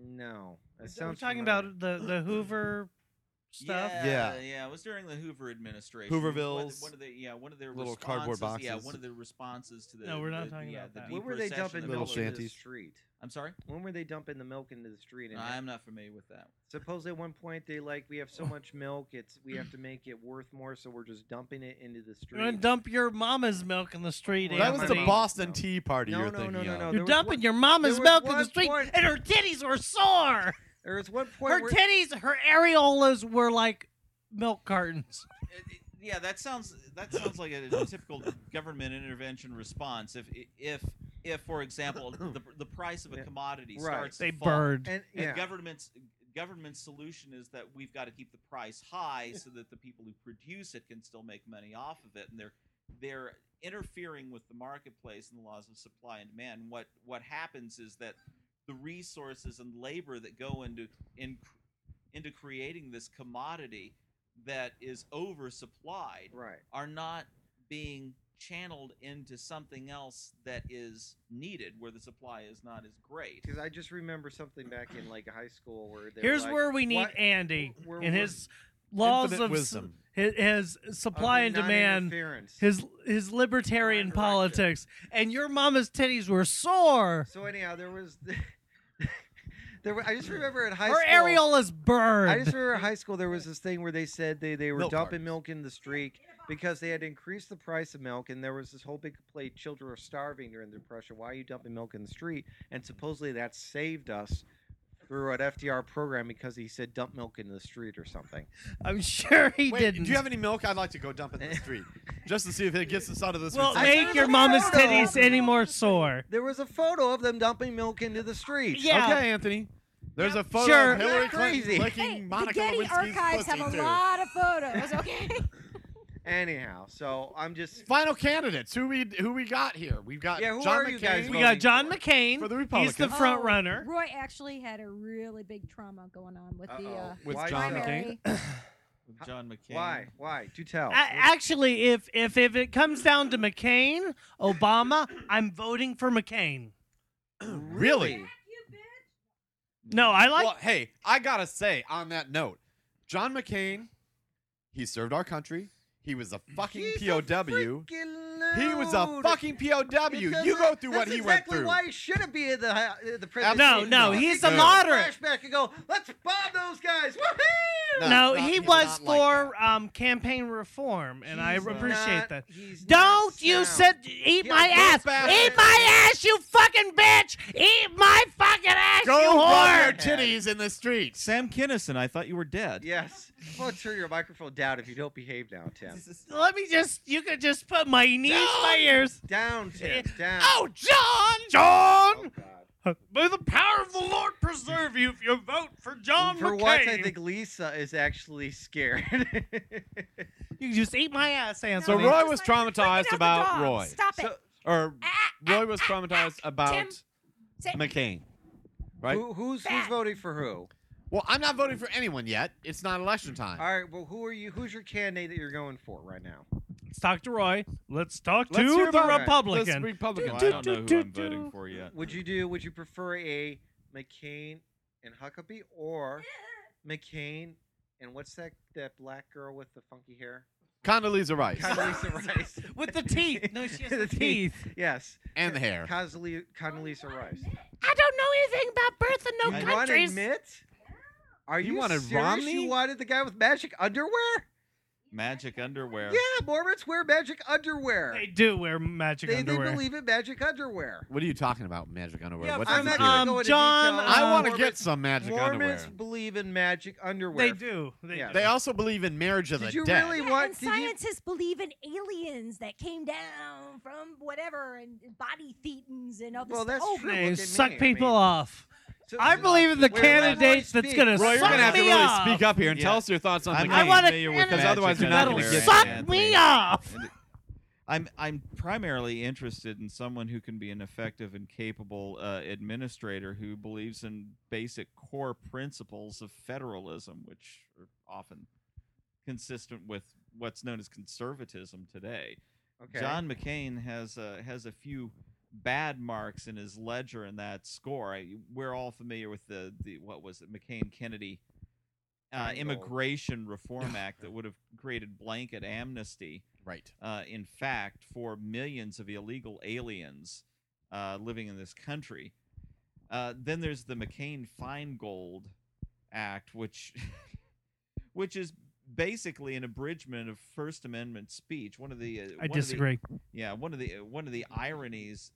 no, that Is that- we're sounds talking familiar. about the the Hoover stuff. Yeah, yeah, It was during the Hoover administration. It was One, Hoovervilles, one of the yeah, one of their little responses- cardboard Yeah, boxes. one of the responses to the. No, we're not the- talking yeah, about the that. deep When were they recession dumping of Little milk into the shanties. street? I'm sorry, When were they dumping the milk into the street? And I'm not familiar with that. Suppose at one point they like we Oh. have so much milk, it's we have to make it worth more, so we're just dumping it into the You're gonna street. dump your mama's milk in the street. Well, that Yeah, was my the Anthony. mom- Boston no. Tea Party No, you're no, thinking no, no, of. no. You're There was dumping one- your mama's there was milk in one the street, point- and her titties were sore. There was one point Her where titties, her areolas were like milk cartons. It- it- yeah, that sounds that sounds like a, a typical government intervention response. If if if for example the, the price of a Yeah. commodity Right. starts They to fall, burned. and And yeah, government's government's solution is that we've got to keep the price high so that the people who produce it can still make money off of it, and they're they're interfering with the marketplace and the laws of supply and demand. What what happens is that the resources and labor that go into in, into creating this commodity that is oversupplied right. are not being channeled into something else that is needed where the supply is not as great. Because I just remember something back in like high school where they were Here's like, where we need what- Andy where and we're- his laws Infinite of s- wisdom. his, his of supply and demand. non-interference. his his libertarian Undirected. politics, and your mama's titties were sore. So anyhow, there was there. Were, I just remember at high Her school. areolas burned. I just remember at high school there was this thing where they said they they were Milk dumping cartons. milk in the street because they had increased the price of milk, and there was this whole big complaint: children are starving during the depression. Why are you dumping milk in the street? And supposedly that saved us through an FDR program because he said dump milk into the street or something. I'm sure he Wait, didn't. do you have any milk? I'd like to go dump it in the street just to see if it gets us out of this. well, recession. make your mama's titties any more sore. There was a photo of them dumping milk into the street. Yeah. Okay, Anthony. There's a photo Sure. of Hillary You're Clinton crazy. licking Hey, the Monica Getty Lewinsky's archives pussy, have a too. lot of photos, okay? Anyhow, so I'm just Final candidates. Who we who we got here? We've got Yeah, who John are you guys McCain. We got voting John for- McCain. for the He's the Republicans. front Oh, runner. Roy actually had a really big trauma going on with the Uh-oh. uh, With Why John so? McCain? primary. With John McCain. Why? Why? Do tell. A- actually, if if if it comes down to McCain, Obama, I'm voting for McCain. Really? No, I like. well, hey, I gotta say on that note, John McCain, he served our country. He was a fucking He's a POW. freaking he was a loon. fucking POW. Because You go that- through that's what he exactly went through. Why he shouldn't be in the uh, the no, president? no, he's a No. moderate. Flashback and go, let's bomb those guys. Woohoo! No, No, it's not- he he's was not like for um, campaign reform, and I He's appreciate not- that. he's Don't not you sit? sound. Eat Yeah, my go ass! faster. Eat my ass, you fucking bitch! Eat my fucking ass, Go you rub whore! your titties in the streets. Sam Kinison, I thought you were dead. Yes. I'm gonna turn your microphone down if you don't behave now, Tim. Let me just. You could just put my knees, my ears. Down, Tim. Down. Oh, John! John! God. May the power of the Lord preserve you if you vote for John For McCain. once, I think Lisa is actually scared. you just eat my ass, So Anthony. No, Roy it's was just like you're freaking out traumatized the about dog. Roy. Stop it. So- or Ah, Roy was traumatized about Tim, sit. McCain. Right? who, who's who's Back. voting for who? Well, I'm not voting for anyone yet. It's not election time. All right. Well, who are you? Who's your candidate that you're going for right now? Let's talk to Roy. Let's talk Let's to hear the about it. Republican. Let's Republican. Well, I I don't don't know who I'm voting for yet. Would you do? Would you prefer a McCain and Huckabee or McCain and what's that? That black girl with the funky hair, Condoleezza Rice Condoleezza Rice. With the teeth. No, she has the The teeth. teeth. Yes, and the hair. Condole- Condoleezza Rice. I don't know anything about birth and no you want to countries. admit? Are You you, wanted serious? Romney? You wanted the guy with magic underwear? Magic underwear. Yeah, Mormons wear magic underwear. They do wear magic They- they underwear. believe in magic underwear. What are you talking about? Magic underwear. Yeah, What's I'm that not to do with- gonna not Um, John, going into detail I uh, on want to Mormons- get some magic Mormons underwear. believe in magic underwear. They do. They Yeah. do. They also believe in marriage of Did the you dead. really Yeah, want? and did you- scientists believe in aliens that came down from whatever and body thetans and other Well, stuff. that's oh, true. They Look at suck me, I people mean- off. So- I believe in the Wait, let Roy candidates that's speak. going to Roy, you're suck gonna have to me really off. speak up here and Yeah. tell us your thoughts on I'm McCain. I not want a familiar with candidate magic otherwise you're not underwear, gonna get suck Anthony. me off. I'm I'm primarily interested in someone who can be an effective and capable uh, administrator who believes in basic core principles of federalism, which are often consistent with what's known as conservatism today. Okay. John McCain has uh, has a few bad marks in his ledger in that score. I, we're all familiar with the, the what was it McCain Kennedy uh, Triangle. Immigration Reform Act that would have created blanket amnesty Right. uh, in fact, for millions of illegal aliens uh, living in this country. Uh, then there's the McCain Feingold Act, which, which is basically an abridgment of First Amendment speech. One of the uh, one I of the- disagree. yeah, one of the uh, one of the ironies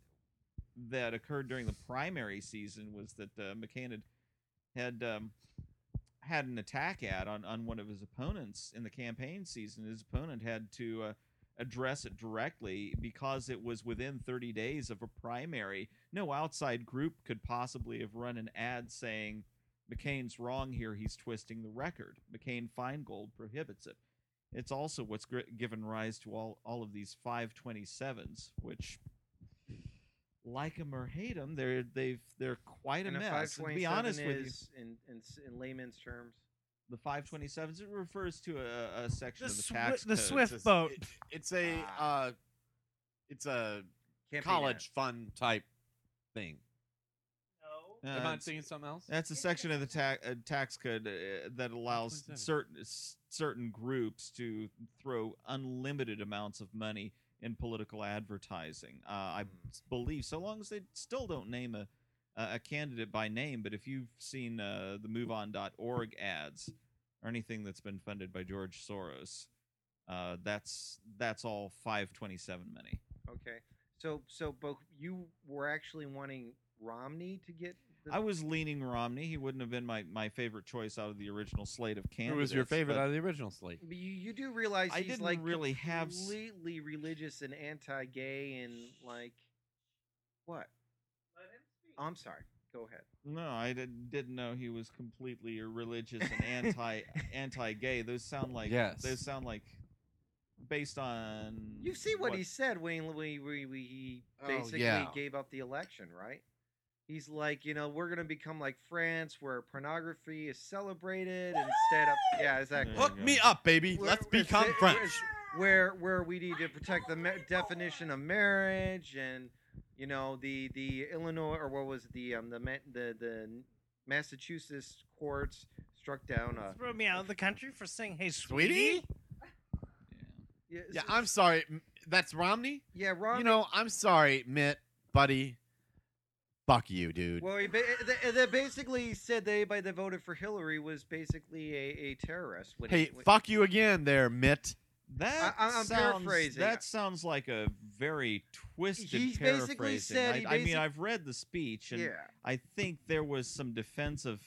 that occurred during the primary season was that uh, McCain had had um, had an attack ad on on one of his opponents in the campaign season. His opponent had to uh, address it directly because it was within 30 days of a primary. No outside group could possibly have run an ad saying McCain's wrong here. He's twisting the record. McCain Feingold prohibits it. It's also what's gr- given rise to all, all of these 527s, which, like 'em or hate 'em, they're they've they're quite a And a mess. And to be 527 honest with you, is, in, in, s- in layman's terms, the 527s it refers to a, a section The, of the Swi- tax the code. Ah, Swift It's- boat. it- it's a uh, it's a Campaign college fund type thing. Uh, Am I it's- thinking something else? That's a section of the ta- uh, tax code uh, that allows 27. certain s- certain groups to throw unlimited amounts of money in political advertising. Uh, I Hmm. s- believe, so long as they still don't name a a a candidate by name, but if you've seen uh, the MoveOn.org ads or anything that's been funded by George Soros, uh, that's that's all 527 money. ad. Okay. So, so, but you were actually wanting Romney to get. The, I was leaning Romney. He wouldn't have been my, my favorite choice out of the original slate of candidates. Who was your favorite but- out of the original slate? But you, you do realize I he's didn't like really have s- completely religious and anti-gay and like what? Oh, I'm sorry. Go ahead. No, I did, didn't know he was completely irreligious and anti anti gay. Those sound like Yes. Those sound like based on You see what, he said when, when, he- when he- when he Oh, basically yeah. gave up the election, right? He's like, you know, we're gonna become like France, where pornography is celebrated instead of yeah, exactly. There you Hook go. me up, baby. Where- Let's where- become where- French. Where where we need to protect the ma- definition of marriage and you know the the Illinois or what was it, the um the Ma- the the Massachusetts courts struck down a Throw me out of the country for saying, hey, Sweetie? sweetie. Yeah, I'm sorry. M- That's Romney. yeah Romney. You know, I'm sorry, Mitt, buddy. Fuck you, dude. Well, he ba- eh, they, they basically said that anybody that voted for Hillary was basically a, a terrorist. When hey, he, when- fuck you again, there, Mitt. That I- I'm sounds, paraphrasing. That sounds like a very twisted He paraphrasing. basically said- I, he I basic- mean, I've read the speech, and yeah. I think there was some defense of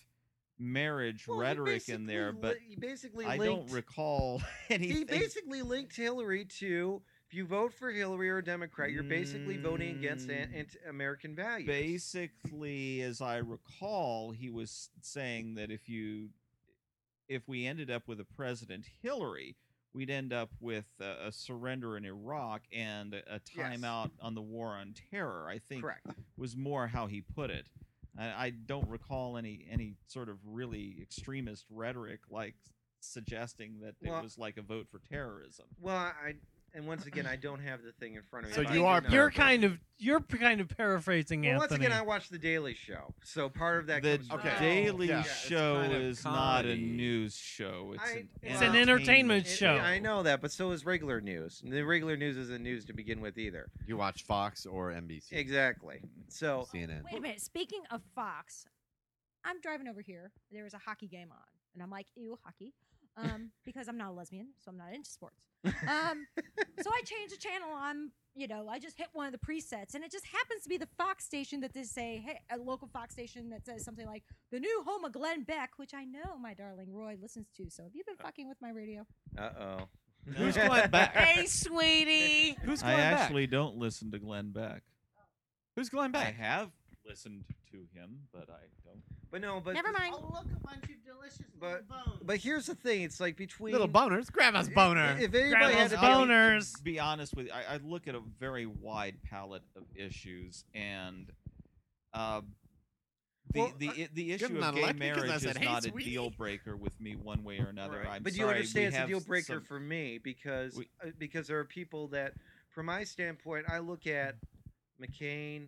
marriage Well, he rhetoric in there, basically but li- he basically I linked, don't recall He anything. basically linked Hillary to if you vote for Hillary or a Democrat, you're basically voting against an- Mm. anti-American values. basically as i recall he was saying that if you if we ended up with a president hillary we'd end up with a, a surrender in iraq and a, a Yes. timeout on the war on terror i think Correct. was more how he put it I, I don't recall any any sort of really extremist rhetoric like suggesting that Well- it was like a vote for terrorism Well, I and once again, I don't have the thing in front of me. So but you I are do know- You're kind of you're kind of paraphrasing Well, once Anthony. again, I watch The Daily Show, so part of that the comes from okay. that. Daily Yeah, it's Show kind of is not a comedy. news show. It's I- an, It's an entertainment It- it- show. I know that, but so is regular news. And The regular news isn't news to begin with either. You watch Fox or NBC, Exactly. So CNN. Wait a minute. Speaking of Fox, I'm driving over here. There was a hockey game on, and I'm like, ew, hockey. Um, because I'm not a lesbian, so I'm not into sports. Um, so I change the channel on, you know, I just hit one of the presets, and it just happens to be the Fox station that they say, hey, a local Fox station that says something like, the new home of Glenn Beck, which I know my darling Roy listens to. So have you been fucking with my radio? uh oh. Who's Glenn Beck? Hey, sweetie. Who's Glenn I actually don't listen to Glenn Beck. Who's Glenn I Beck? have listened to him, but I don't. But no, but Never mind. look, a bunch of delicious But- bones. But here's the thing: it's like between little boners. Grandma's i- boner. If anybody had Grandma's to I'll be- be- boners. Be honest with you, I, I look at a very wide palette of issues, and uh, the Well, uh, the I- i- the Good issue amount of of gay life because I marriage said, is "Hey, not a sweetie." deal breaker with me one way or another. Right. I'm but you sorry, we understand it's a have deal breaker some- for me because We- uh, because there are people that, from my standpoint, I look at McCain,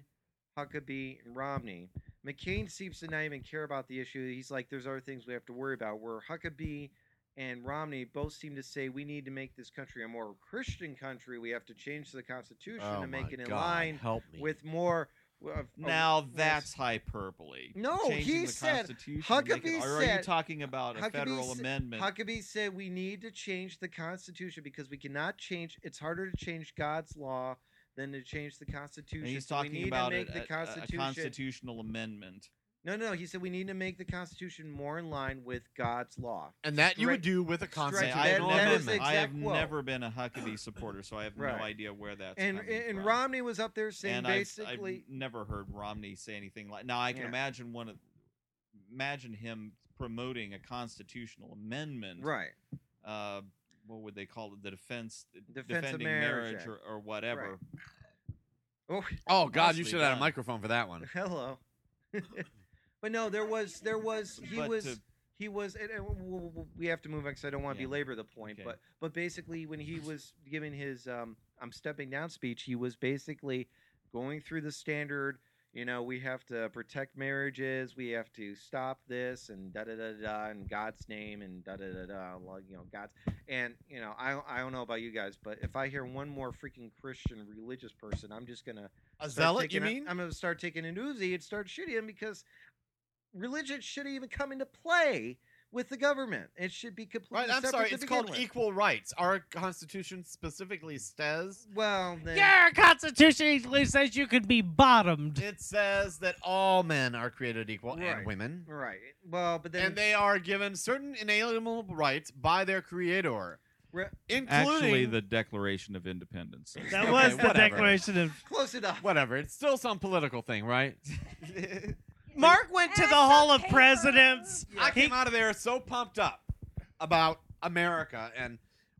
Huckabee, and Romney. McCain seems to not even care about the issue. He's like, there's other things we have to worry about. Where Huckabee and Romney both seem to say we need to make this country a more Christian country. We have to change the Constitution Oh to make my it in God, line Help me. with more. of- Oh, of- Now with- that's hyperbole. No, Changing he the said- Constitution to make it- Huckabee or are you said- talking about a Huckabee federal said- amendment? Huckabee said we need to change the Constitution because we cannot change. It's harder to change God's law than to change the Constitution. and he's so we talking need about to a- make a, the a- a Constitution. constitutional amendment. no, no, he said we need to make the Constitution more in line with God's law. and that you would Straight- do with a straight Say, to constitutional I, that- have that never- is the amendment. I have exact quote. never been a Huckabee supporter, so I have Right. no idea where that's And coming and from. Romney was up there saying and I've, basically. I've never heard Romney say anything like. Now I can Yeah. imagine one of, imagine him promoting a constitutional amendment. Right, Uh, what would they call it? The defense, Defense of defending Marriage marriage, Act. or, or whatever. Right. Oh, Oh God, Nicely you should have had done. a microphone for that one. hello. but no, there was there was he But was to- he was and, and w- w- w- we have to move on because i don't want to Yeah. belabor the point Okay. but but basically when he was giving his um, i'm stepping down speech he was basically going through the standard you know we have to protect marriages we have to stop this and da da da da da, in god's name and da da da da like, you know god's and you know i i don't know about you guys but if i hear one more freaking christian religious person i'm just gonna A start zealot, you taking a- mean? I'm gonna start taking an Uzi and start shooting him because religion shouldn't even come into play with the government. It should be completely Right, I'm separate sorry. to It's begin called with. equal rights. Our Constitution specifically says Well, then, Your constitution says you could be bottomed. it says that all men are created equal Right. and women, right. Well, but then and they are given certain inalienable rights by their Creator, Re- including Actually, the Declaration of Independence. says That Okay, was the whatever. declaration of close enough. whatever. It's still some political thing, right? Mark went to the Ass Hall on of paper. Presidents. I He- came out of there so pumped up about America, and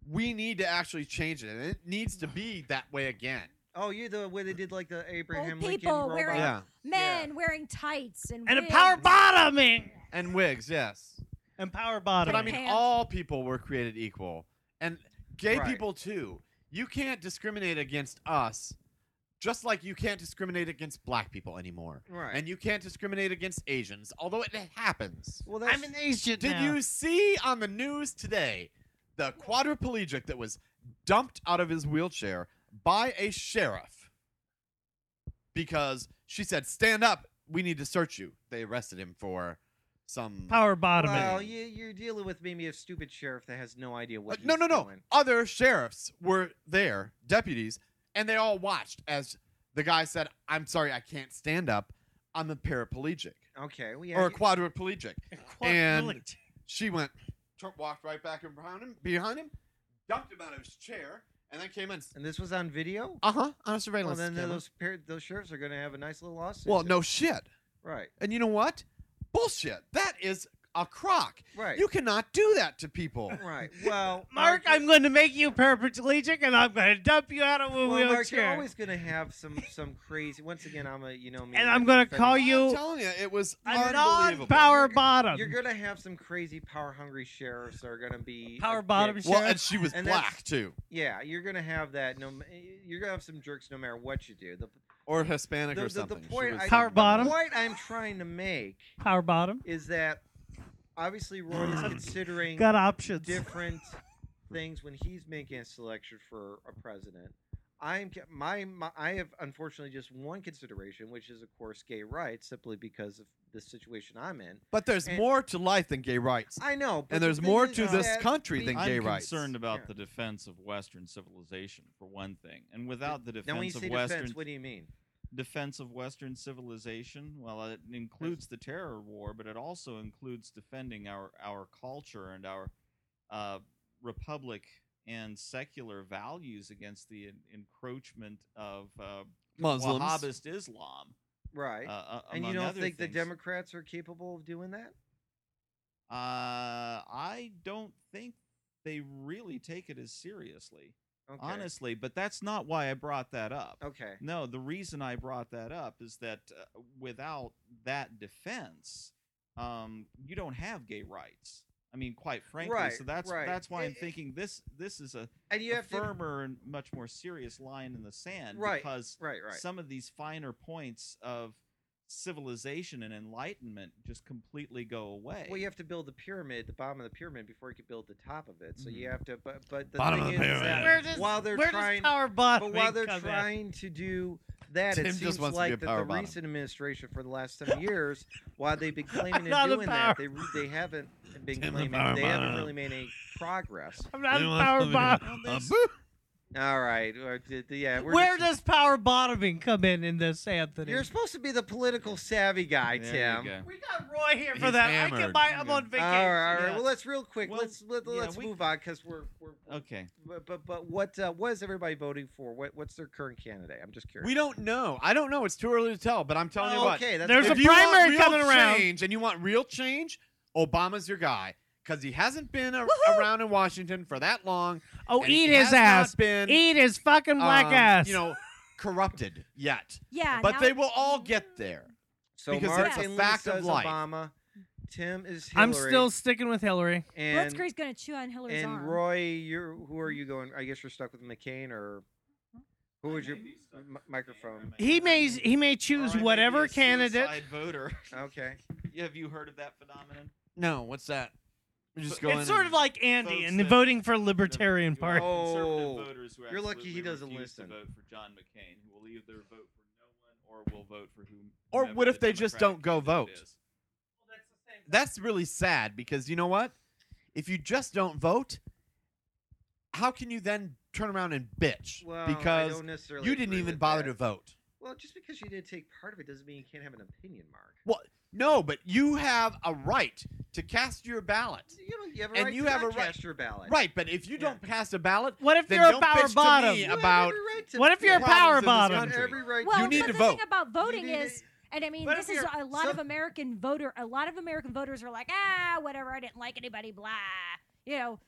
we need to actually change it, and it needs to be that way again. Oh, you the way they did like the Abraham Lincoln people robot. wearing- Yeah, Men wearing tights and and a wigs. power bottoming. and wigs, yes. And power bottoming. But I mean, Pants. all people were created equal, and gay Right. people too. You can't discriminate against us, just like you can't discriminate against black people anymore, Right. and you can't discriminate against Asians, although it happens. well, that's I'm an agent Did now. you see on the news today the quadriplegic that was dumped out of his wheelchair by a sheriff because she said, "Stand up, we need to search you." They arrested him for some power bottoming? well, you, you're dealing with maybe a stupid sheriff that has no idea Uh, what. no, he's no, no. doing. Other sheriffs were there, deputies, and they all watched as the guy said, "I'm sorry, I can't stand up. I'm a paraplegic Okay, we or well, a quadriplegic." and- Quadrillion. She went, tur- walked right back in behind him, behind him, dumped him out of his chair, and then came in. And this was on video. Uh huh. On a Well, surveillance then camera. those pair, those shirts are going to have a nice little lawsuit. well, to no it. shit. right, And you know what? Bullshit. That is a crock. right, You cannot do that to people. right. Well, Mark, I'm going to make you paraplegic and I'm going to dump you out of a well, Mark, you're wheelchair. always going to have some some crazy. Once again, I'm a you know me. and I'm going to feminist. call I'm you telling you, it was a unbelievable. non power You're- bottom. You're going to have some crazy power hungry sheriffs that are going to be Power a dick. bottom Well, Sheriff. and she was And that's- black too, Yeah, you're going to have that. No, ma- you're going to have some jerks no matter what you do. The, or Hispanic The- or the- the something. She point was I- Power something. bottom. the point I'm trying to make power bottom. is that obviously Roy is considering Got options. different things when he's making a selection for a president. I'm ca- my, my I have unfortunately just one consideration, which is of course gay rights, simply because of the situation I'm in. But there's And- more to life than gay rights. I know, but And the there's thing more is to this that country than being- gay I'm rights. concerned concerned about Yeah. the defense of Western civilization, for one thing. And without the Now, when you defense say of Western defense, what do you mean? defense of Western civilization, well, it includes the terror war, but it also includes defending our our culture and our uh, republic and secular values against the en- encroachment of uh, Muslims. Wahhabist Islam. Uh, Right. uh, and you among don't other think the things. Democrats are capable of doing that? Uh, I don't think they really take it as seriously, Okay. honestly. But that's not why I brought that up. Okay. No, the reason I brought that up is that uh, without that defense, um, you don't have gay rights. I mean, quite frankly, Right, so that's right. that's why I'm It- it- thinking this this is a, And you a have to. firmer and much more serious line in the sand Right, because Right. Right. some of these finer points of civilization and enlightenment just completely go away. Well, you have to build the pyramid, the bottom of the pyramid, before you can build the top of it. So you Mhm. have to, but but the Bottom thing of the is pyramid. that where does, while they're where trying, does power bottom but while they're come in? trying to do that, Tim it just seems wants to be a like that power the bottom. recent administration for the last seven years, while they've been I'm claiming not and a doing power- that, they re- they haven't been Tim the claiming, power they haven't bottom. really made any progress. I'm not a power bottom. All right, or d- d- yeah, we're Where just- does power bottoming come in in this, Anthony? You're supposed to be the political savvy guy, There you Tim. go. we got Roy here for He's that. I can hammered. buy. I'm on All vacation. right, all right. yeah. Well, let's real quick. Well, let's let, yeah, let's we- move on because we're we're, we're Okay. But but, but what uh, what is everybody voting for? What what's their current candidate? I'm just curious. We don't know. I don't know. It's too early to tell. But I'm telling you what. okay, that's There's if good. a you want primary real coming around. change and you want real change, Obama's your guy because he hasn't been a- Woohoo! around in Washington for that long. oh, and he eat his has not ass. Been Eat his fucking black um, ass. Uh, You know, corrupted yet, Yeah. but now- Mm. they will all get there. so because Mark it's a and Lee fact of says life. Obama. Tim is Hillary. I'm still sticking with Hillary. and Blitzkrieg's gonna chew on Hillary's and arm. Roy. You're who are you going? I guess you're stuck with McCain or who was your m- microphone? He may he may Or I choose may be whatever a candidate. suicide voter. Okay, Have you heard of that phenomenon? No, what's that? You Just go in It's sort and- of like Andy votes and that- voting for Libertarian You have Party. Oh. conservative voters who You're lucky he absolutely doesn't refuse to listen. vote for John McCain, who will either vote for no one or will vote for whom. Or whomever what the if they just Democratic don't go candidate vote? is. That's really sad because you know what? If you just don't vote, how can you then turn around and bitch well I because don't necessarily you didn't agree even with bother that. to vote? Well, just because you didn't take part of it doesn't mean you can't have an opinion, Mark. No, but you have a right to cast your ballot. You, know, you have a And right you to have a not right- cast your ballot. Right, but if you Yeah. don't pass a ballot, What if Then you're a don't power bitch to bottom? me You have about- every right to What if you're a problems power in this bottom? country. every right well, You need but to the vote. thing about voting need to- is, and I mean, But this if is you're- a lot of some- American voter. A lot of American voters are like, ah, whatever. I didn't like anybody. Blah. You know,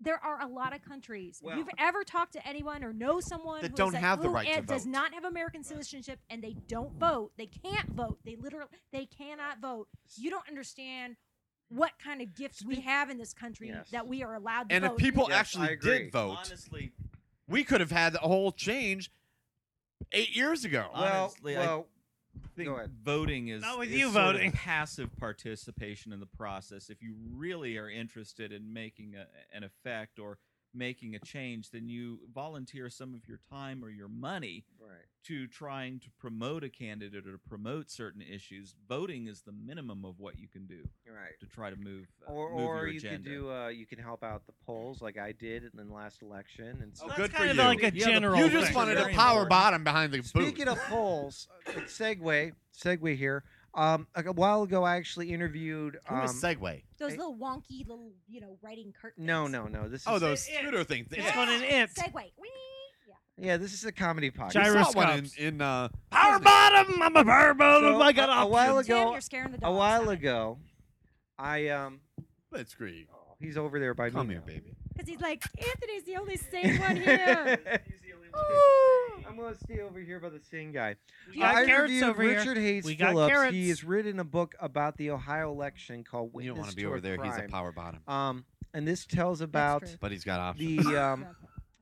there are a lot of countries. Well- if you've ever talked to anyone or know someone That who is don't like, have the who right to and does vote. not have American citizenship and they don't vote, they can't vote. They literally they cannot vote. You don't understand what kind of gifts we have in this country Yes. that we are allowed to and vote. if people Yes, I actually agree. did vote, Honestly, we could have had a whole change eight years ago. Well, Honestly, I- well, I think Go ahead. voting is Not with is you sort of voting. passive participation in the process. If you really are interested in making a, an effect or making a change, then you volunteer some of your time or your money right. to trying to promote a candidate or to promote certain issues. Voting is the minimum of what you can do Right. to try to move, uh, Or, move or your you could agenda. do uh, you can help out the polls like I did in the last election and so Oh, good That's for kind of you. like a Yeah, the- general. you Those just things thing. are wanted a very power important. bottom behind the booth. Speaking of polls, uh, segue segue here. Um, a a while ago, I actually interviewed. What a Um, segue. Those I- little wonky little, you know, writing curtains. no, no, no. This is Oh, those it. scooter things. It's called an it. Segway. Whee! Yeah. yeah. This is a comedy podcast. I saw one gyroscopes. in, in uh, Power Disney. bottom. I'm a power bottom. So, I got a- a options. while ago- Tim, you're scaring the dog. a while ago, I um, Let's Creek. oh, he's over there by Come me. here, now. baby. Because he's like, Anthony's the only sane one here. Ooh. I'm gonna stay over here by the same guy. We got I carrots reviewed over here. Richard Hayes We got Phillips. carrots. He has written a book about the Ohio election called You Witness don't want to be to over there. He's a Crime. power bottom, Um, and this tells about true. but he's got options. the um,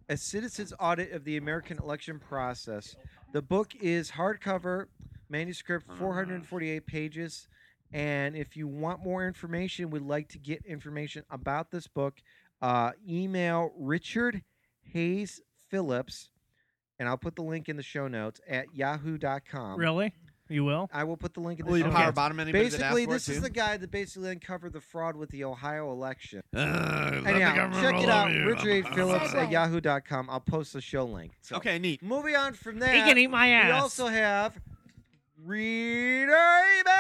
a citizen's audit of the American election process. The book is hardcover, manuscript, Oh, 448 pages. And if you want more information, would like to get information about this book, uh, email Richard Hayes Phillips, and I'll put the link in the show notes at yahoo.com. Really? You will? I will put the link in the Will you show power notes. bottom anybody Basically, that this asked for is the it too? guy that basically uncovered the fraud with the Ohio election. Ugh, let the Anyhow, government check it roll out. over you. Richard A. Phillips Segway. at yahoo.com. I'll post the show link. So, Okay, neat. Moving on from He there, can eat my we ass. also have reader email.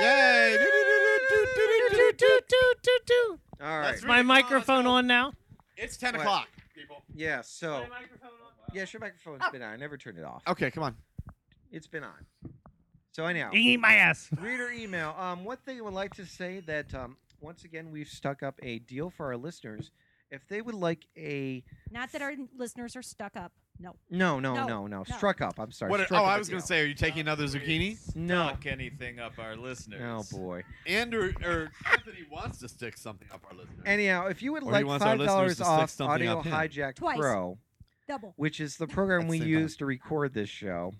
Yay! All right. Is my microphone on now? It's 10 What? o'clock, people. Yeah. So He yeah, sure. Oh. Microphone's been on. I never turned it off. Okay, come on. It's been on. So anyhow, can eat my ass. reader email. Um, one thing I would like to say that um, once again we've stuck up a deal for our listeners. If they would like a Not that our listeners are stuck up. No. no, no, No, no, no, no. struck up. I'm sorry. What are- struck oh, up I a was going to deal. say, are you taking another zucchini? no. anything up our listeners. Oh boy. Andrew or Anthony wants to stick something up our listeners. Anyhow, if you would Or he like wants our five listeners dollars to stick off something Audio up him. Hijack Twice. Pro, Double. which is the program That's we the same use to record this show,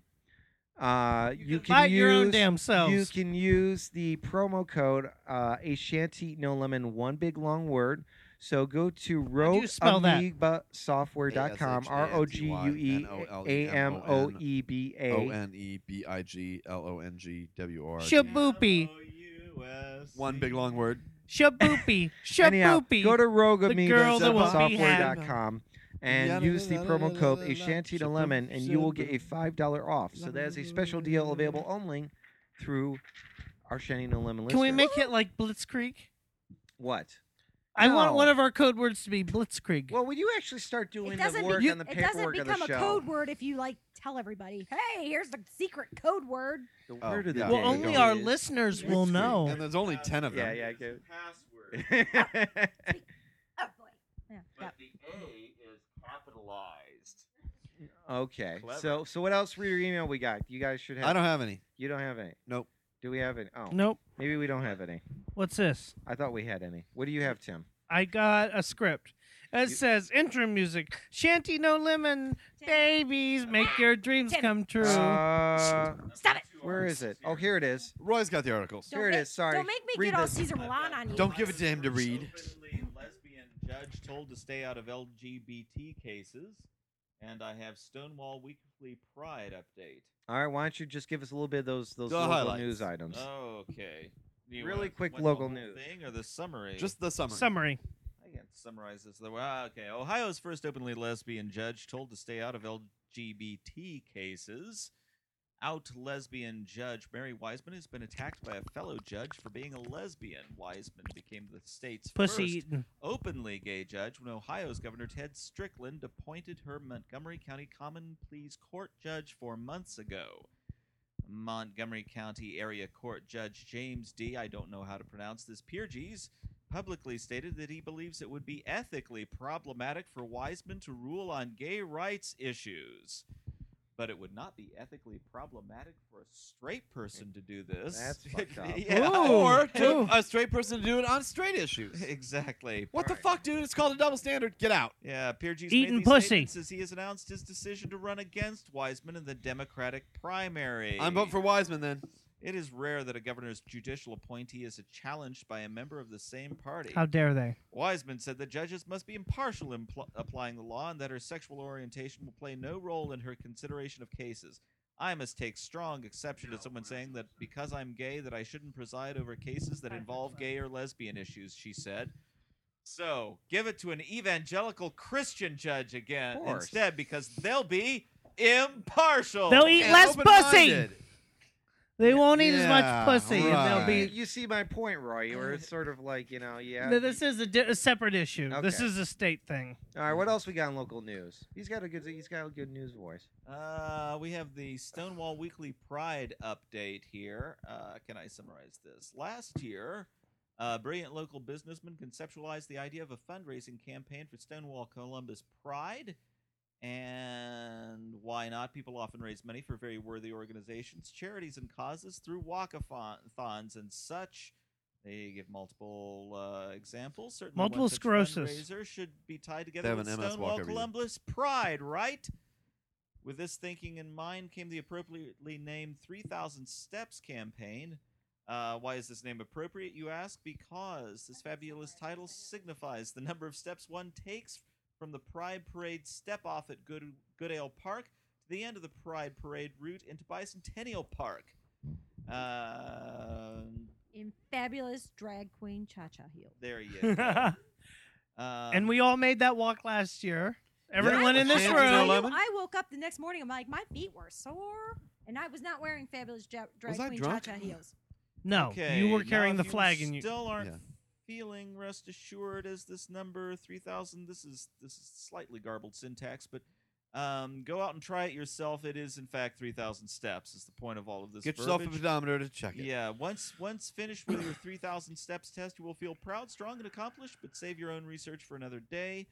uh, you, can Bite use your own damn you selves. can use the promo code uh, a shanty no lemon one big long word. So go to spell that? rogueamoebasoftware.com, R O G U E A M O E B O A. N E B I G L O N G W R. Shaboopy. One big long word. Shaboopy. Anyhow, Shaboopy. go to girl that won't be rogueamoebasoftware.com and Yada, use the yada, promo yada, code yada, Ashanti to shaboom, Lemon, and you will get a shaboom. five dollar off. So that is a special deal available only through our Shanty to Lemon Can we listeners. make it like Blitzkrieg? what? I want No. one of our code words to be Blitzkrieg. Well, when you actually start doing It the doesn't, work be- on the it doesn't paperwork on the become show, a code word if you like tell everybody, hey, here's the secret code word. the Oh, word of the yeah. well, day only our is- listeners will know. And there's only 10 of them. Yeah, yeah, I get Password. it. Oh, boy. Yeah, But the A is capitalized. okay. Clever. So, so what else? Reader email we got. You guys should have. I don't have any. You don't have any. Nope. Do we have any? Oh, Nope. maybe we don't have any. What's this? I thought we had any. What do you have, Tim? I got a script. It You- says intro music. Shanty no lemon. Babies, make Ah, your dreams Tim. come true. Oh. Uh, Stop it. where is it? Oh, here it is. Roy's got the articles. Don't Here it make, is, sorry. Don't make me Read get all this. Caesar Milan on you. Don't give it to him to First read. openly lesbian judge told to stay out of LGBT cases. And I have Stonewall Weekly Pride update. All right, why don't you just give us a little bit of those those The local highlights. news items? Okay. Do you Really wanna- quick want the local whole news. Thing or the summary? Just the summary. Summary. I can summarize this. The way. ah, Okay, Ohio's first openly lesbian judge told to stay out of LGBT cases. Out lesbian judge Mary Wiseman has been attacked by a fellow judge for being a lesbian. Wiseman became the state's Pussy first eating. openly gay judge when Ohio's Governor Ted Strickland appointed her Montgomery County Common Pleas Court judge four months ago. Montgomery County Area Court Judge James D. I don't know how to pronounce this. Pierges publicly stated that he believes it would be ethically problematic for Wiseman to rule on gay rights issues. But it would not be ethically problematic for a straight person to do this. That's fucked up. Yeah. Ooh. Or to Ooh. a straight person to do it on straight issues. Exactly. What the fuck, dude? It's called a double standard. Get out. Yeah, Pierge's Eating made these pussy. statements as he has announced his decision to run against Wiseman in the Democratic primary. I'm voting for Wiseman then. It is rare that a governor's judicial appointee is challenged by a member of the same party. How dare they? Wiseman said that judges must be impartial in pl- applying the law and that her sexual orientation will play no role in her consideration of cases. I must take strong exception to someone saying that because I'm gay that I shouldn't preside over cases that involve gay or lesbian issues, she said. So, give it to an evangelical Christian judge again Of course. instead because they'll be impartial. They'll eat less pussy. open-minded. They won't eat as Yeah, much pussy, and right. they'll be. You see my point, Roy, where it's sort of like, you know, yeah. No, this is a, di- a separate issue. This Okay. is a state thing. All right, what else we got in local news? He's got a good he's got a good news voice. Uh, we have the Stonewall Weekly Pride update here. Uh, can I summarize this? Last year, a brilliant local businessman conceptualized the idea of a fundraising campaign for Stonewall Columbus Pride. And why not? People often raise money for very worthy organizations, charities, and causes through walkathons and such. They give multiple uh, examples. Certainly one Multiple such sclerosis. fundraiser should be tied together have with an MS walk Stonewall every year. Columbus Pride, right? With this thinking in mind came the appropriately named 3,000 Steps campaign. Uh, why is this name appropriate, you ask? Because this fabulous title signifies the number of steps one takes from the Pride Parade step off at Good- Goodale Park to the end of the Pride Parade route into Bicentennial Park. Uh, in fabulous drag queen cha cha heels. there you go. and Um, we all made that walk last year. Everyone I in will this tell you, room. I woke up the next morning. I'm like, my feet were sore, and I was not wearing fabulous ja- drag Was I queen cha drunk? cha heels. No, you Okay, were now carrying if the you flag, and you. still aren't Yeah. feeling rest assured as this number three thousand. This is this is slightly garbled syntax, but um, go out and try it yourself. It is in fact three thousand steps. Is the point of all of this? Get yourself a verbiage. pedometer to check it. Yeah. Once once finished with your three thousand steps test, you will feel proud, strong, and accomplished. But save your own research for another day.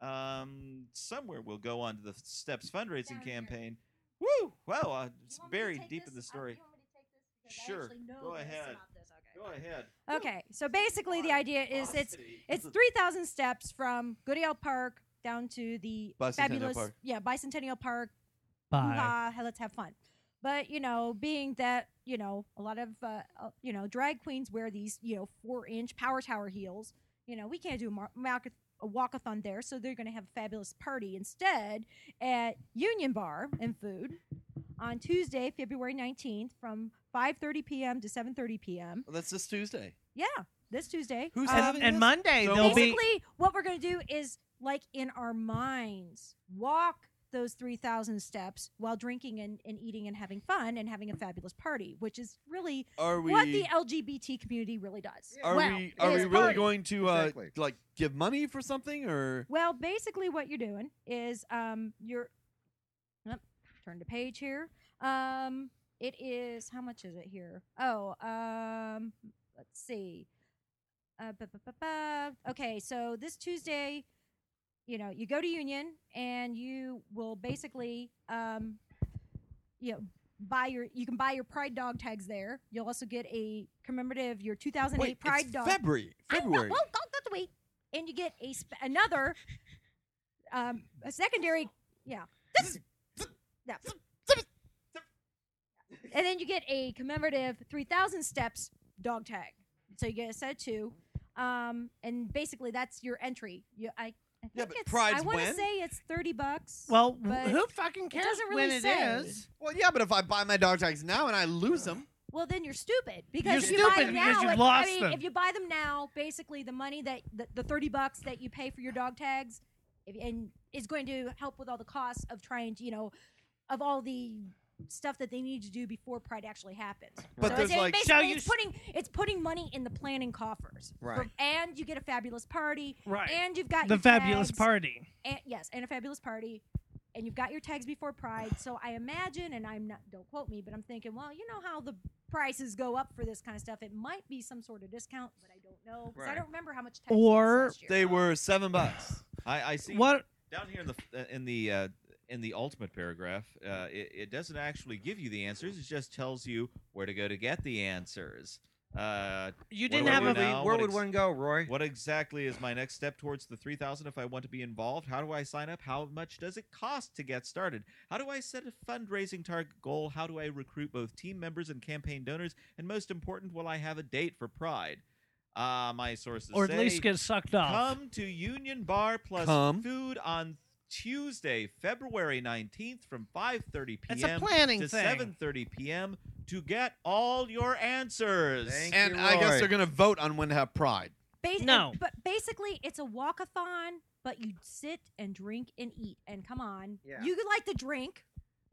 Um, somewhere we'll go on to the steps fundraising Down here. campaign. Woo! Wow, uh, it's You want me to buried take deep this? in the Uh, story. you want me to take this? Because I Sure. actually know Go this ahead. about this. Go ahead. Okay. Okay. So basically, the idea is it's it's three thousand steps from Goodale Park down to the Bicentennial fabulous Park. yeah Bicentennial Park Bye. Hoo-ha, hey, let's have fun. But you know, being that you know a lot of uh, uh, you know drag queens wear these you know four inch power tower heels, you know we can't do a, mar- mar- a walkathon there, so they're going to have a fabulous party instead at Union Bar and Food on Tuesday, February nineteenth, from five thirty p.m. to seven thirty p.m. Well, that's this Tuesday. Yeah, this Tuesday. Who's Um, having And this? Monday So- they'll basically be. what we're going to do is like in our minds walk those 3000 steps while drinking and, and eating and having fun and having a fabulous party which is really Are we? what the lgbt community really does are well, we? Are it we is really party. going to uh, Exactly. like give money for something or? well basically what you're doing is um you're Yep, turn to page here um it is how much is it here oh um let's see uh, ba- ba- ba- ba. okay so this tuesday you know you go to union and you will basically um you know buy your you can buy your pride dog tags there you'll also get a commemorative your 2008 Wait, pride it's dog February. I know, February. well, go, go to wait. And you get a sp- another, um, a secondary, yeah. yeah. And then you get a commemorative 3,000 steps dog tag. So you get a set of two. Um, and basically that's your entry. You, I, I think Yeah, but it's, I Pride's want to when? say it's 30 bucks. Well, but who fucking cares doesn't when really it say. is? Well, yeah, but if I buy my dog tags now and I lose them, Well, then you're stupid because You're if you buy stupid them because now, you've it- lost I mean, them. if you buy them now, basically the money that the, the thirty bucks that you pay for your dog tags, if, and is going to help with all the costs of trying to, you know, of all the stuff that they need to do before Pride actually happens. but So there's it's, like basically So you it's s- putting it's putting money in the planning coffers, Right. and you get a fabulous party, Right. and you've got the your fabulous tags party. and, yes, and a fabulous party, and you've got your tags before Pride. So I imagine, and I'm not don't quote me, but I'm thinking, well, you know how the prices go up for this kind of stuff. It might be some sort of discount, but I don't know 'cause I Right. don't remember how much tags Or cost last year. they were seven bucks. I, I see. What? down here in the f- uh, in the uh, in the ultimate paragraph, uh, it, it doesn't actually give you the answers. It just tells you where to go to get the answers. Uh, You What didn't do I have do a. now? where what would ex- one go, Roy? what exactly is my next step towards the 3000 if I want to be involved? How do I sign up? How much does it cost to get started? How do I set a fundraising target goal? How do I recruit both team members and campaign donors? And most important, will I have a date for Pride? Uh, my sources Or at say- least get sucked off. Come to Union Bar Plus Come. Food on Tuesday, February 19th from 5:30 It's a p.m. planning to thing. 7:30 p.m. to get all your answers. Thank And you, I guess Roy. they're gonna vote on when to have pride. Bas- No. but basically it's a walkathon, but you sit and drink and eat. And come on, Yeah. you could like to drink.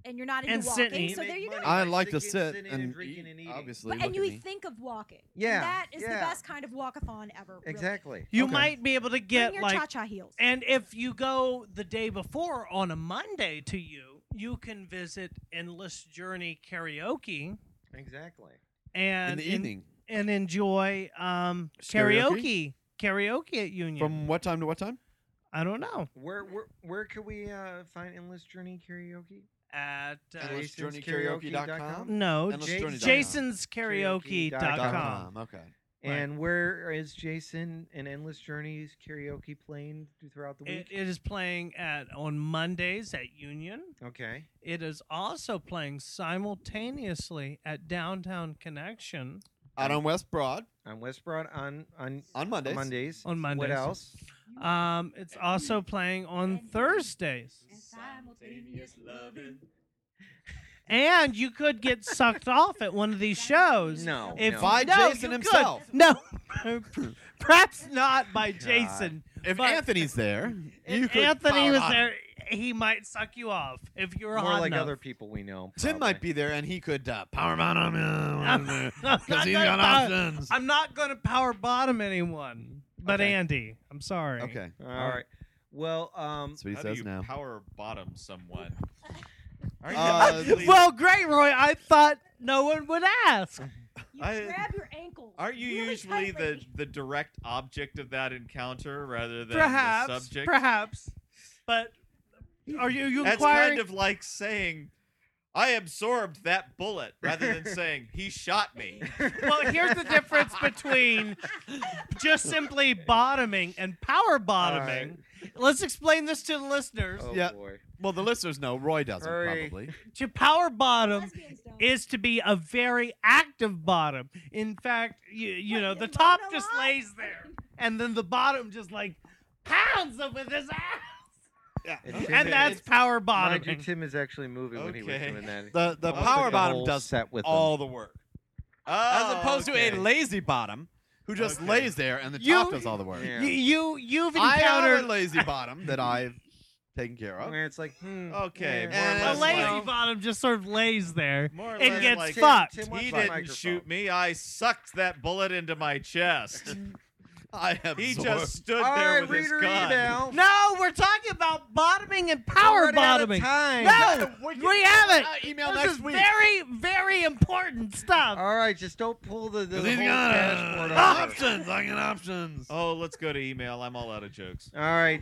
and you're not into And walking, Sydney. so Make there you go. money I by like to singing, sit sitting and, drinking eat, and eating. Obviously, But- look and you at me. think of walking. And Yeah, that is the yeah. best kind of walkathon ever. really. Exactly. You Okay. might be able to Bring get your like cha-cha heels. And if you go the day before on a Monday to you, you can visit Endless Journey Karaoke Exactly. and in the evening. and enjoy um, Karaoke? karaoke karaoke at Union. From what time to what time? I don't know Where where where could we uh, find endless journey karaoke? at uh, Endless- EndlessJourneyKaraoke.com? no Endless J- Journey dot com. Dot jasonskaraoke.com. com, Okay. And where is Jason and Endless Journeys karaoke playing throughout the It, week? it is playing at on Mondays at Union. okay. It is also playing simultaneously at Downtown Connection Out on West Broad On West Broad on on on Mondays. Mondays. on Mondays. What else? Um, it's also playing on Thursdays. Simultaneous loving. And you could get sucked off at one of these shows. No. If no. By No, Jason you could. himself. No. Perhaps not by Jason. If But- Anthony's there, you If could Anthony power was on. there, he might suck you off if you're More hot like enough. other people we know. Tim might be there, and he could uh, power man on him I'm because not he's gonna got power- options. I'm not going to power bottom anyone, but Okay. Andy. I'm sorry. Okay, All right. Well, um, that's what he How do says you now. power bottom someone? Are you Uh, actually- Well, great, Roy. I thought no one would ask. You I- grab your ankle. Aren't you really usually the, tightly. the direct object of that encounter rather than the Perhaps. subject? Perhaps. But are you, you That's inquiring? kind of like saying, I absorbed that bullet rather than saying, he shot me. well, here's the difference between just simply bottoming and power bottoming. Let's explain this to the listeners. oh Yeah. boy. Well, the listeners know Roy doesn't Hurry. probably. To power bottom Lesbians don't. is to be a very active bottom. In fact, you, you What, know, you the bottom top a just lot? lays there, and then the bottom just like pounds them with his ass. It's And Tim- that's power Mind you, bottoming. Tim is actually moving when he was Okay. doing that. The the Well, power the bottom whole does set with them. all the work, as Oh, opposed to okay. a lazy bottom who just Okay. lays there and the You- top does all the work. Yeah. You, you you've I encountered am a lazy bottom that I've taken care of. Where it's like, hmm, Okay, yeah. more or And a less lazy like- bottom just sort of lays there. More or It less gets like, fu- fucked. Tim, he wants my didn't microphone. shoot me. I sucked that bullet into my chest. I have he just stood All there right, with his reader gun. email. No, we're talking about bottoming and power Running out of bottoming. time. No, we haven't. Uh, email this next is week. very, very important stuff. All right, just don't pull the, the 'Cause whole he's got dashboard uh, up. options. I got options. Oh, let's go to email. I'm all out of jokes. All right.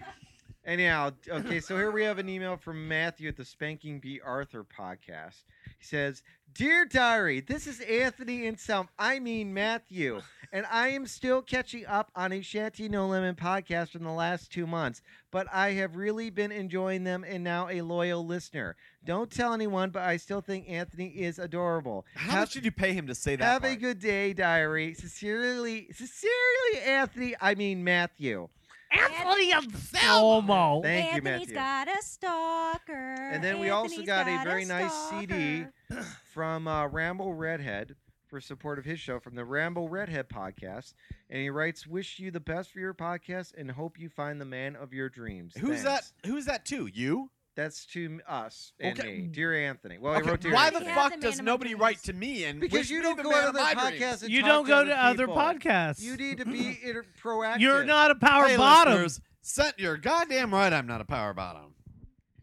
Anyhow, okay, so here we have an email from Matthew at the Spanking B. Arthur podcast. He says, Dear Diary, this is Anthony and some, I mean Matthew, and I am still catching up on a Shanty No Lemon podcast from the last two months, but I have really been enjoying them and now a loyal listener. Don't tell anyone, but I still think Anthony is adorable. How much did you pay him to say that? Have a part? good day, diary. Sincerely, sincerely, Anthony. I mean Matthew. Anthony Anselmo. Thank you, Anthony's Matthew. got a stalker. And then we also Anthony's got a very nice CD. stalker. from uh, Ramble Redhead for support of his show from the Ramble Redhead podcast. And he writes, "Wish you the best for your podcast and hope you find the man of your dreams." Who's that? Thanks. Who's that to? You? That's to m- us and Okay. me, dear Anthony. Well, I wrote Okay, dear why the Anthony. Yeah, fuck the man does of my nobody dreams. write to me and Because wish you me don't the go man to of other my dreams? podcasts. And You talk don't go other to other people. podcasts. You need to be inter- proactive. You're not a power Hey, bottom. listeners, Sent you're goddamn right. I'm not a power bottom.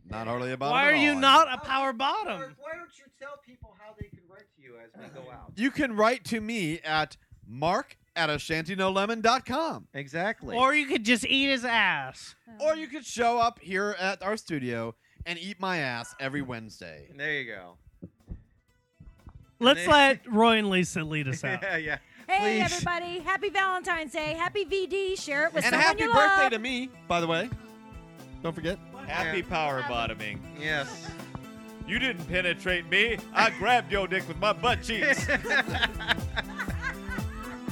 Not hardly a bottom. Why at are you all. not a power bottom? Why don't you tell people how they can write to you as we go out? You can write to me at mark at ashantinolemon.com. Exactly. Or you could just eat his ass. Oh. Or you could show up here at our studio and eat my ass every Wednesday. there you go. Let's they- let Roy and Lisa lead us out. yeah, yeah. Hey, Please. everybody. Happy Valentine's Day. Happy VD. Share it with and someone happy you birthday love. to me, by the way. Don't forget. Happy power bottoming. Yes. You didn't penetrate me. I grabbed your dick with my butt cheeks.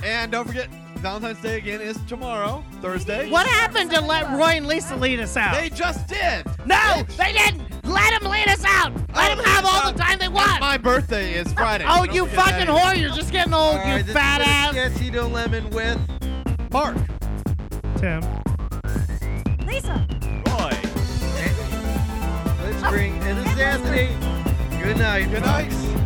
And don't forget, Valentine's Day again is tomorrow, Thursday. What happened to let Roy and Lisa lead us out? They just did. no, They didn't! Let them lead us out! Oh, Let them have all the time they want! My birthday is Friday. Oh, Don't you forget that fucking either. whore! You're just getting old, All you right, this fat is ass. Santino Lemon with Mark. Tim. Lisa. Roy. Let's bring and this is Anthony. Good night. Good night.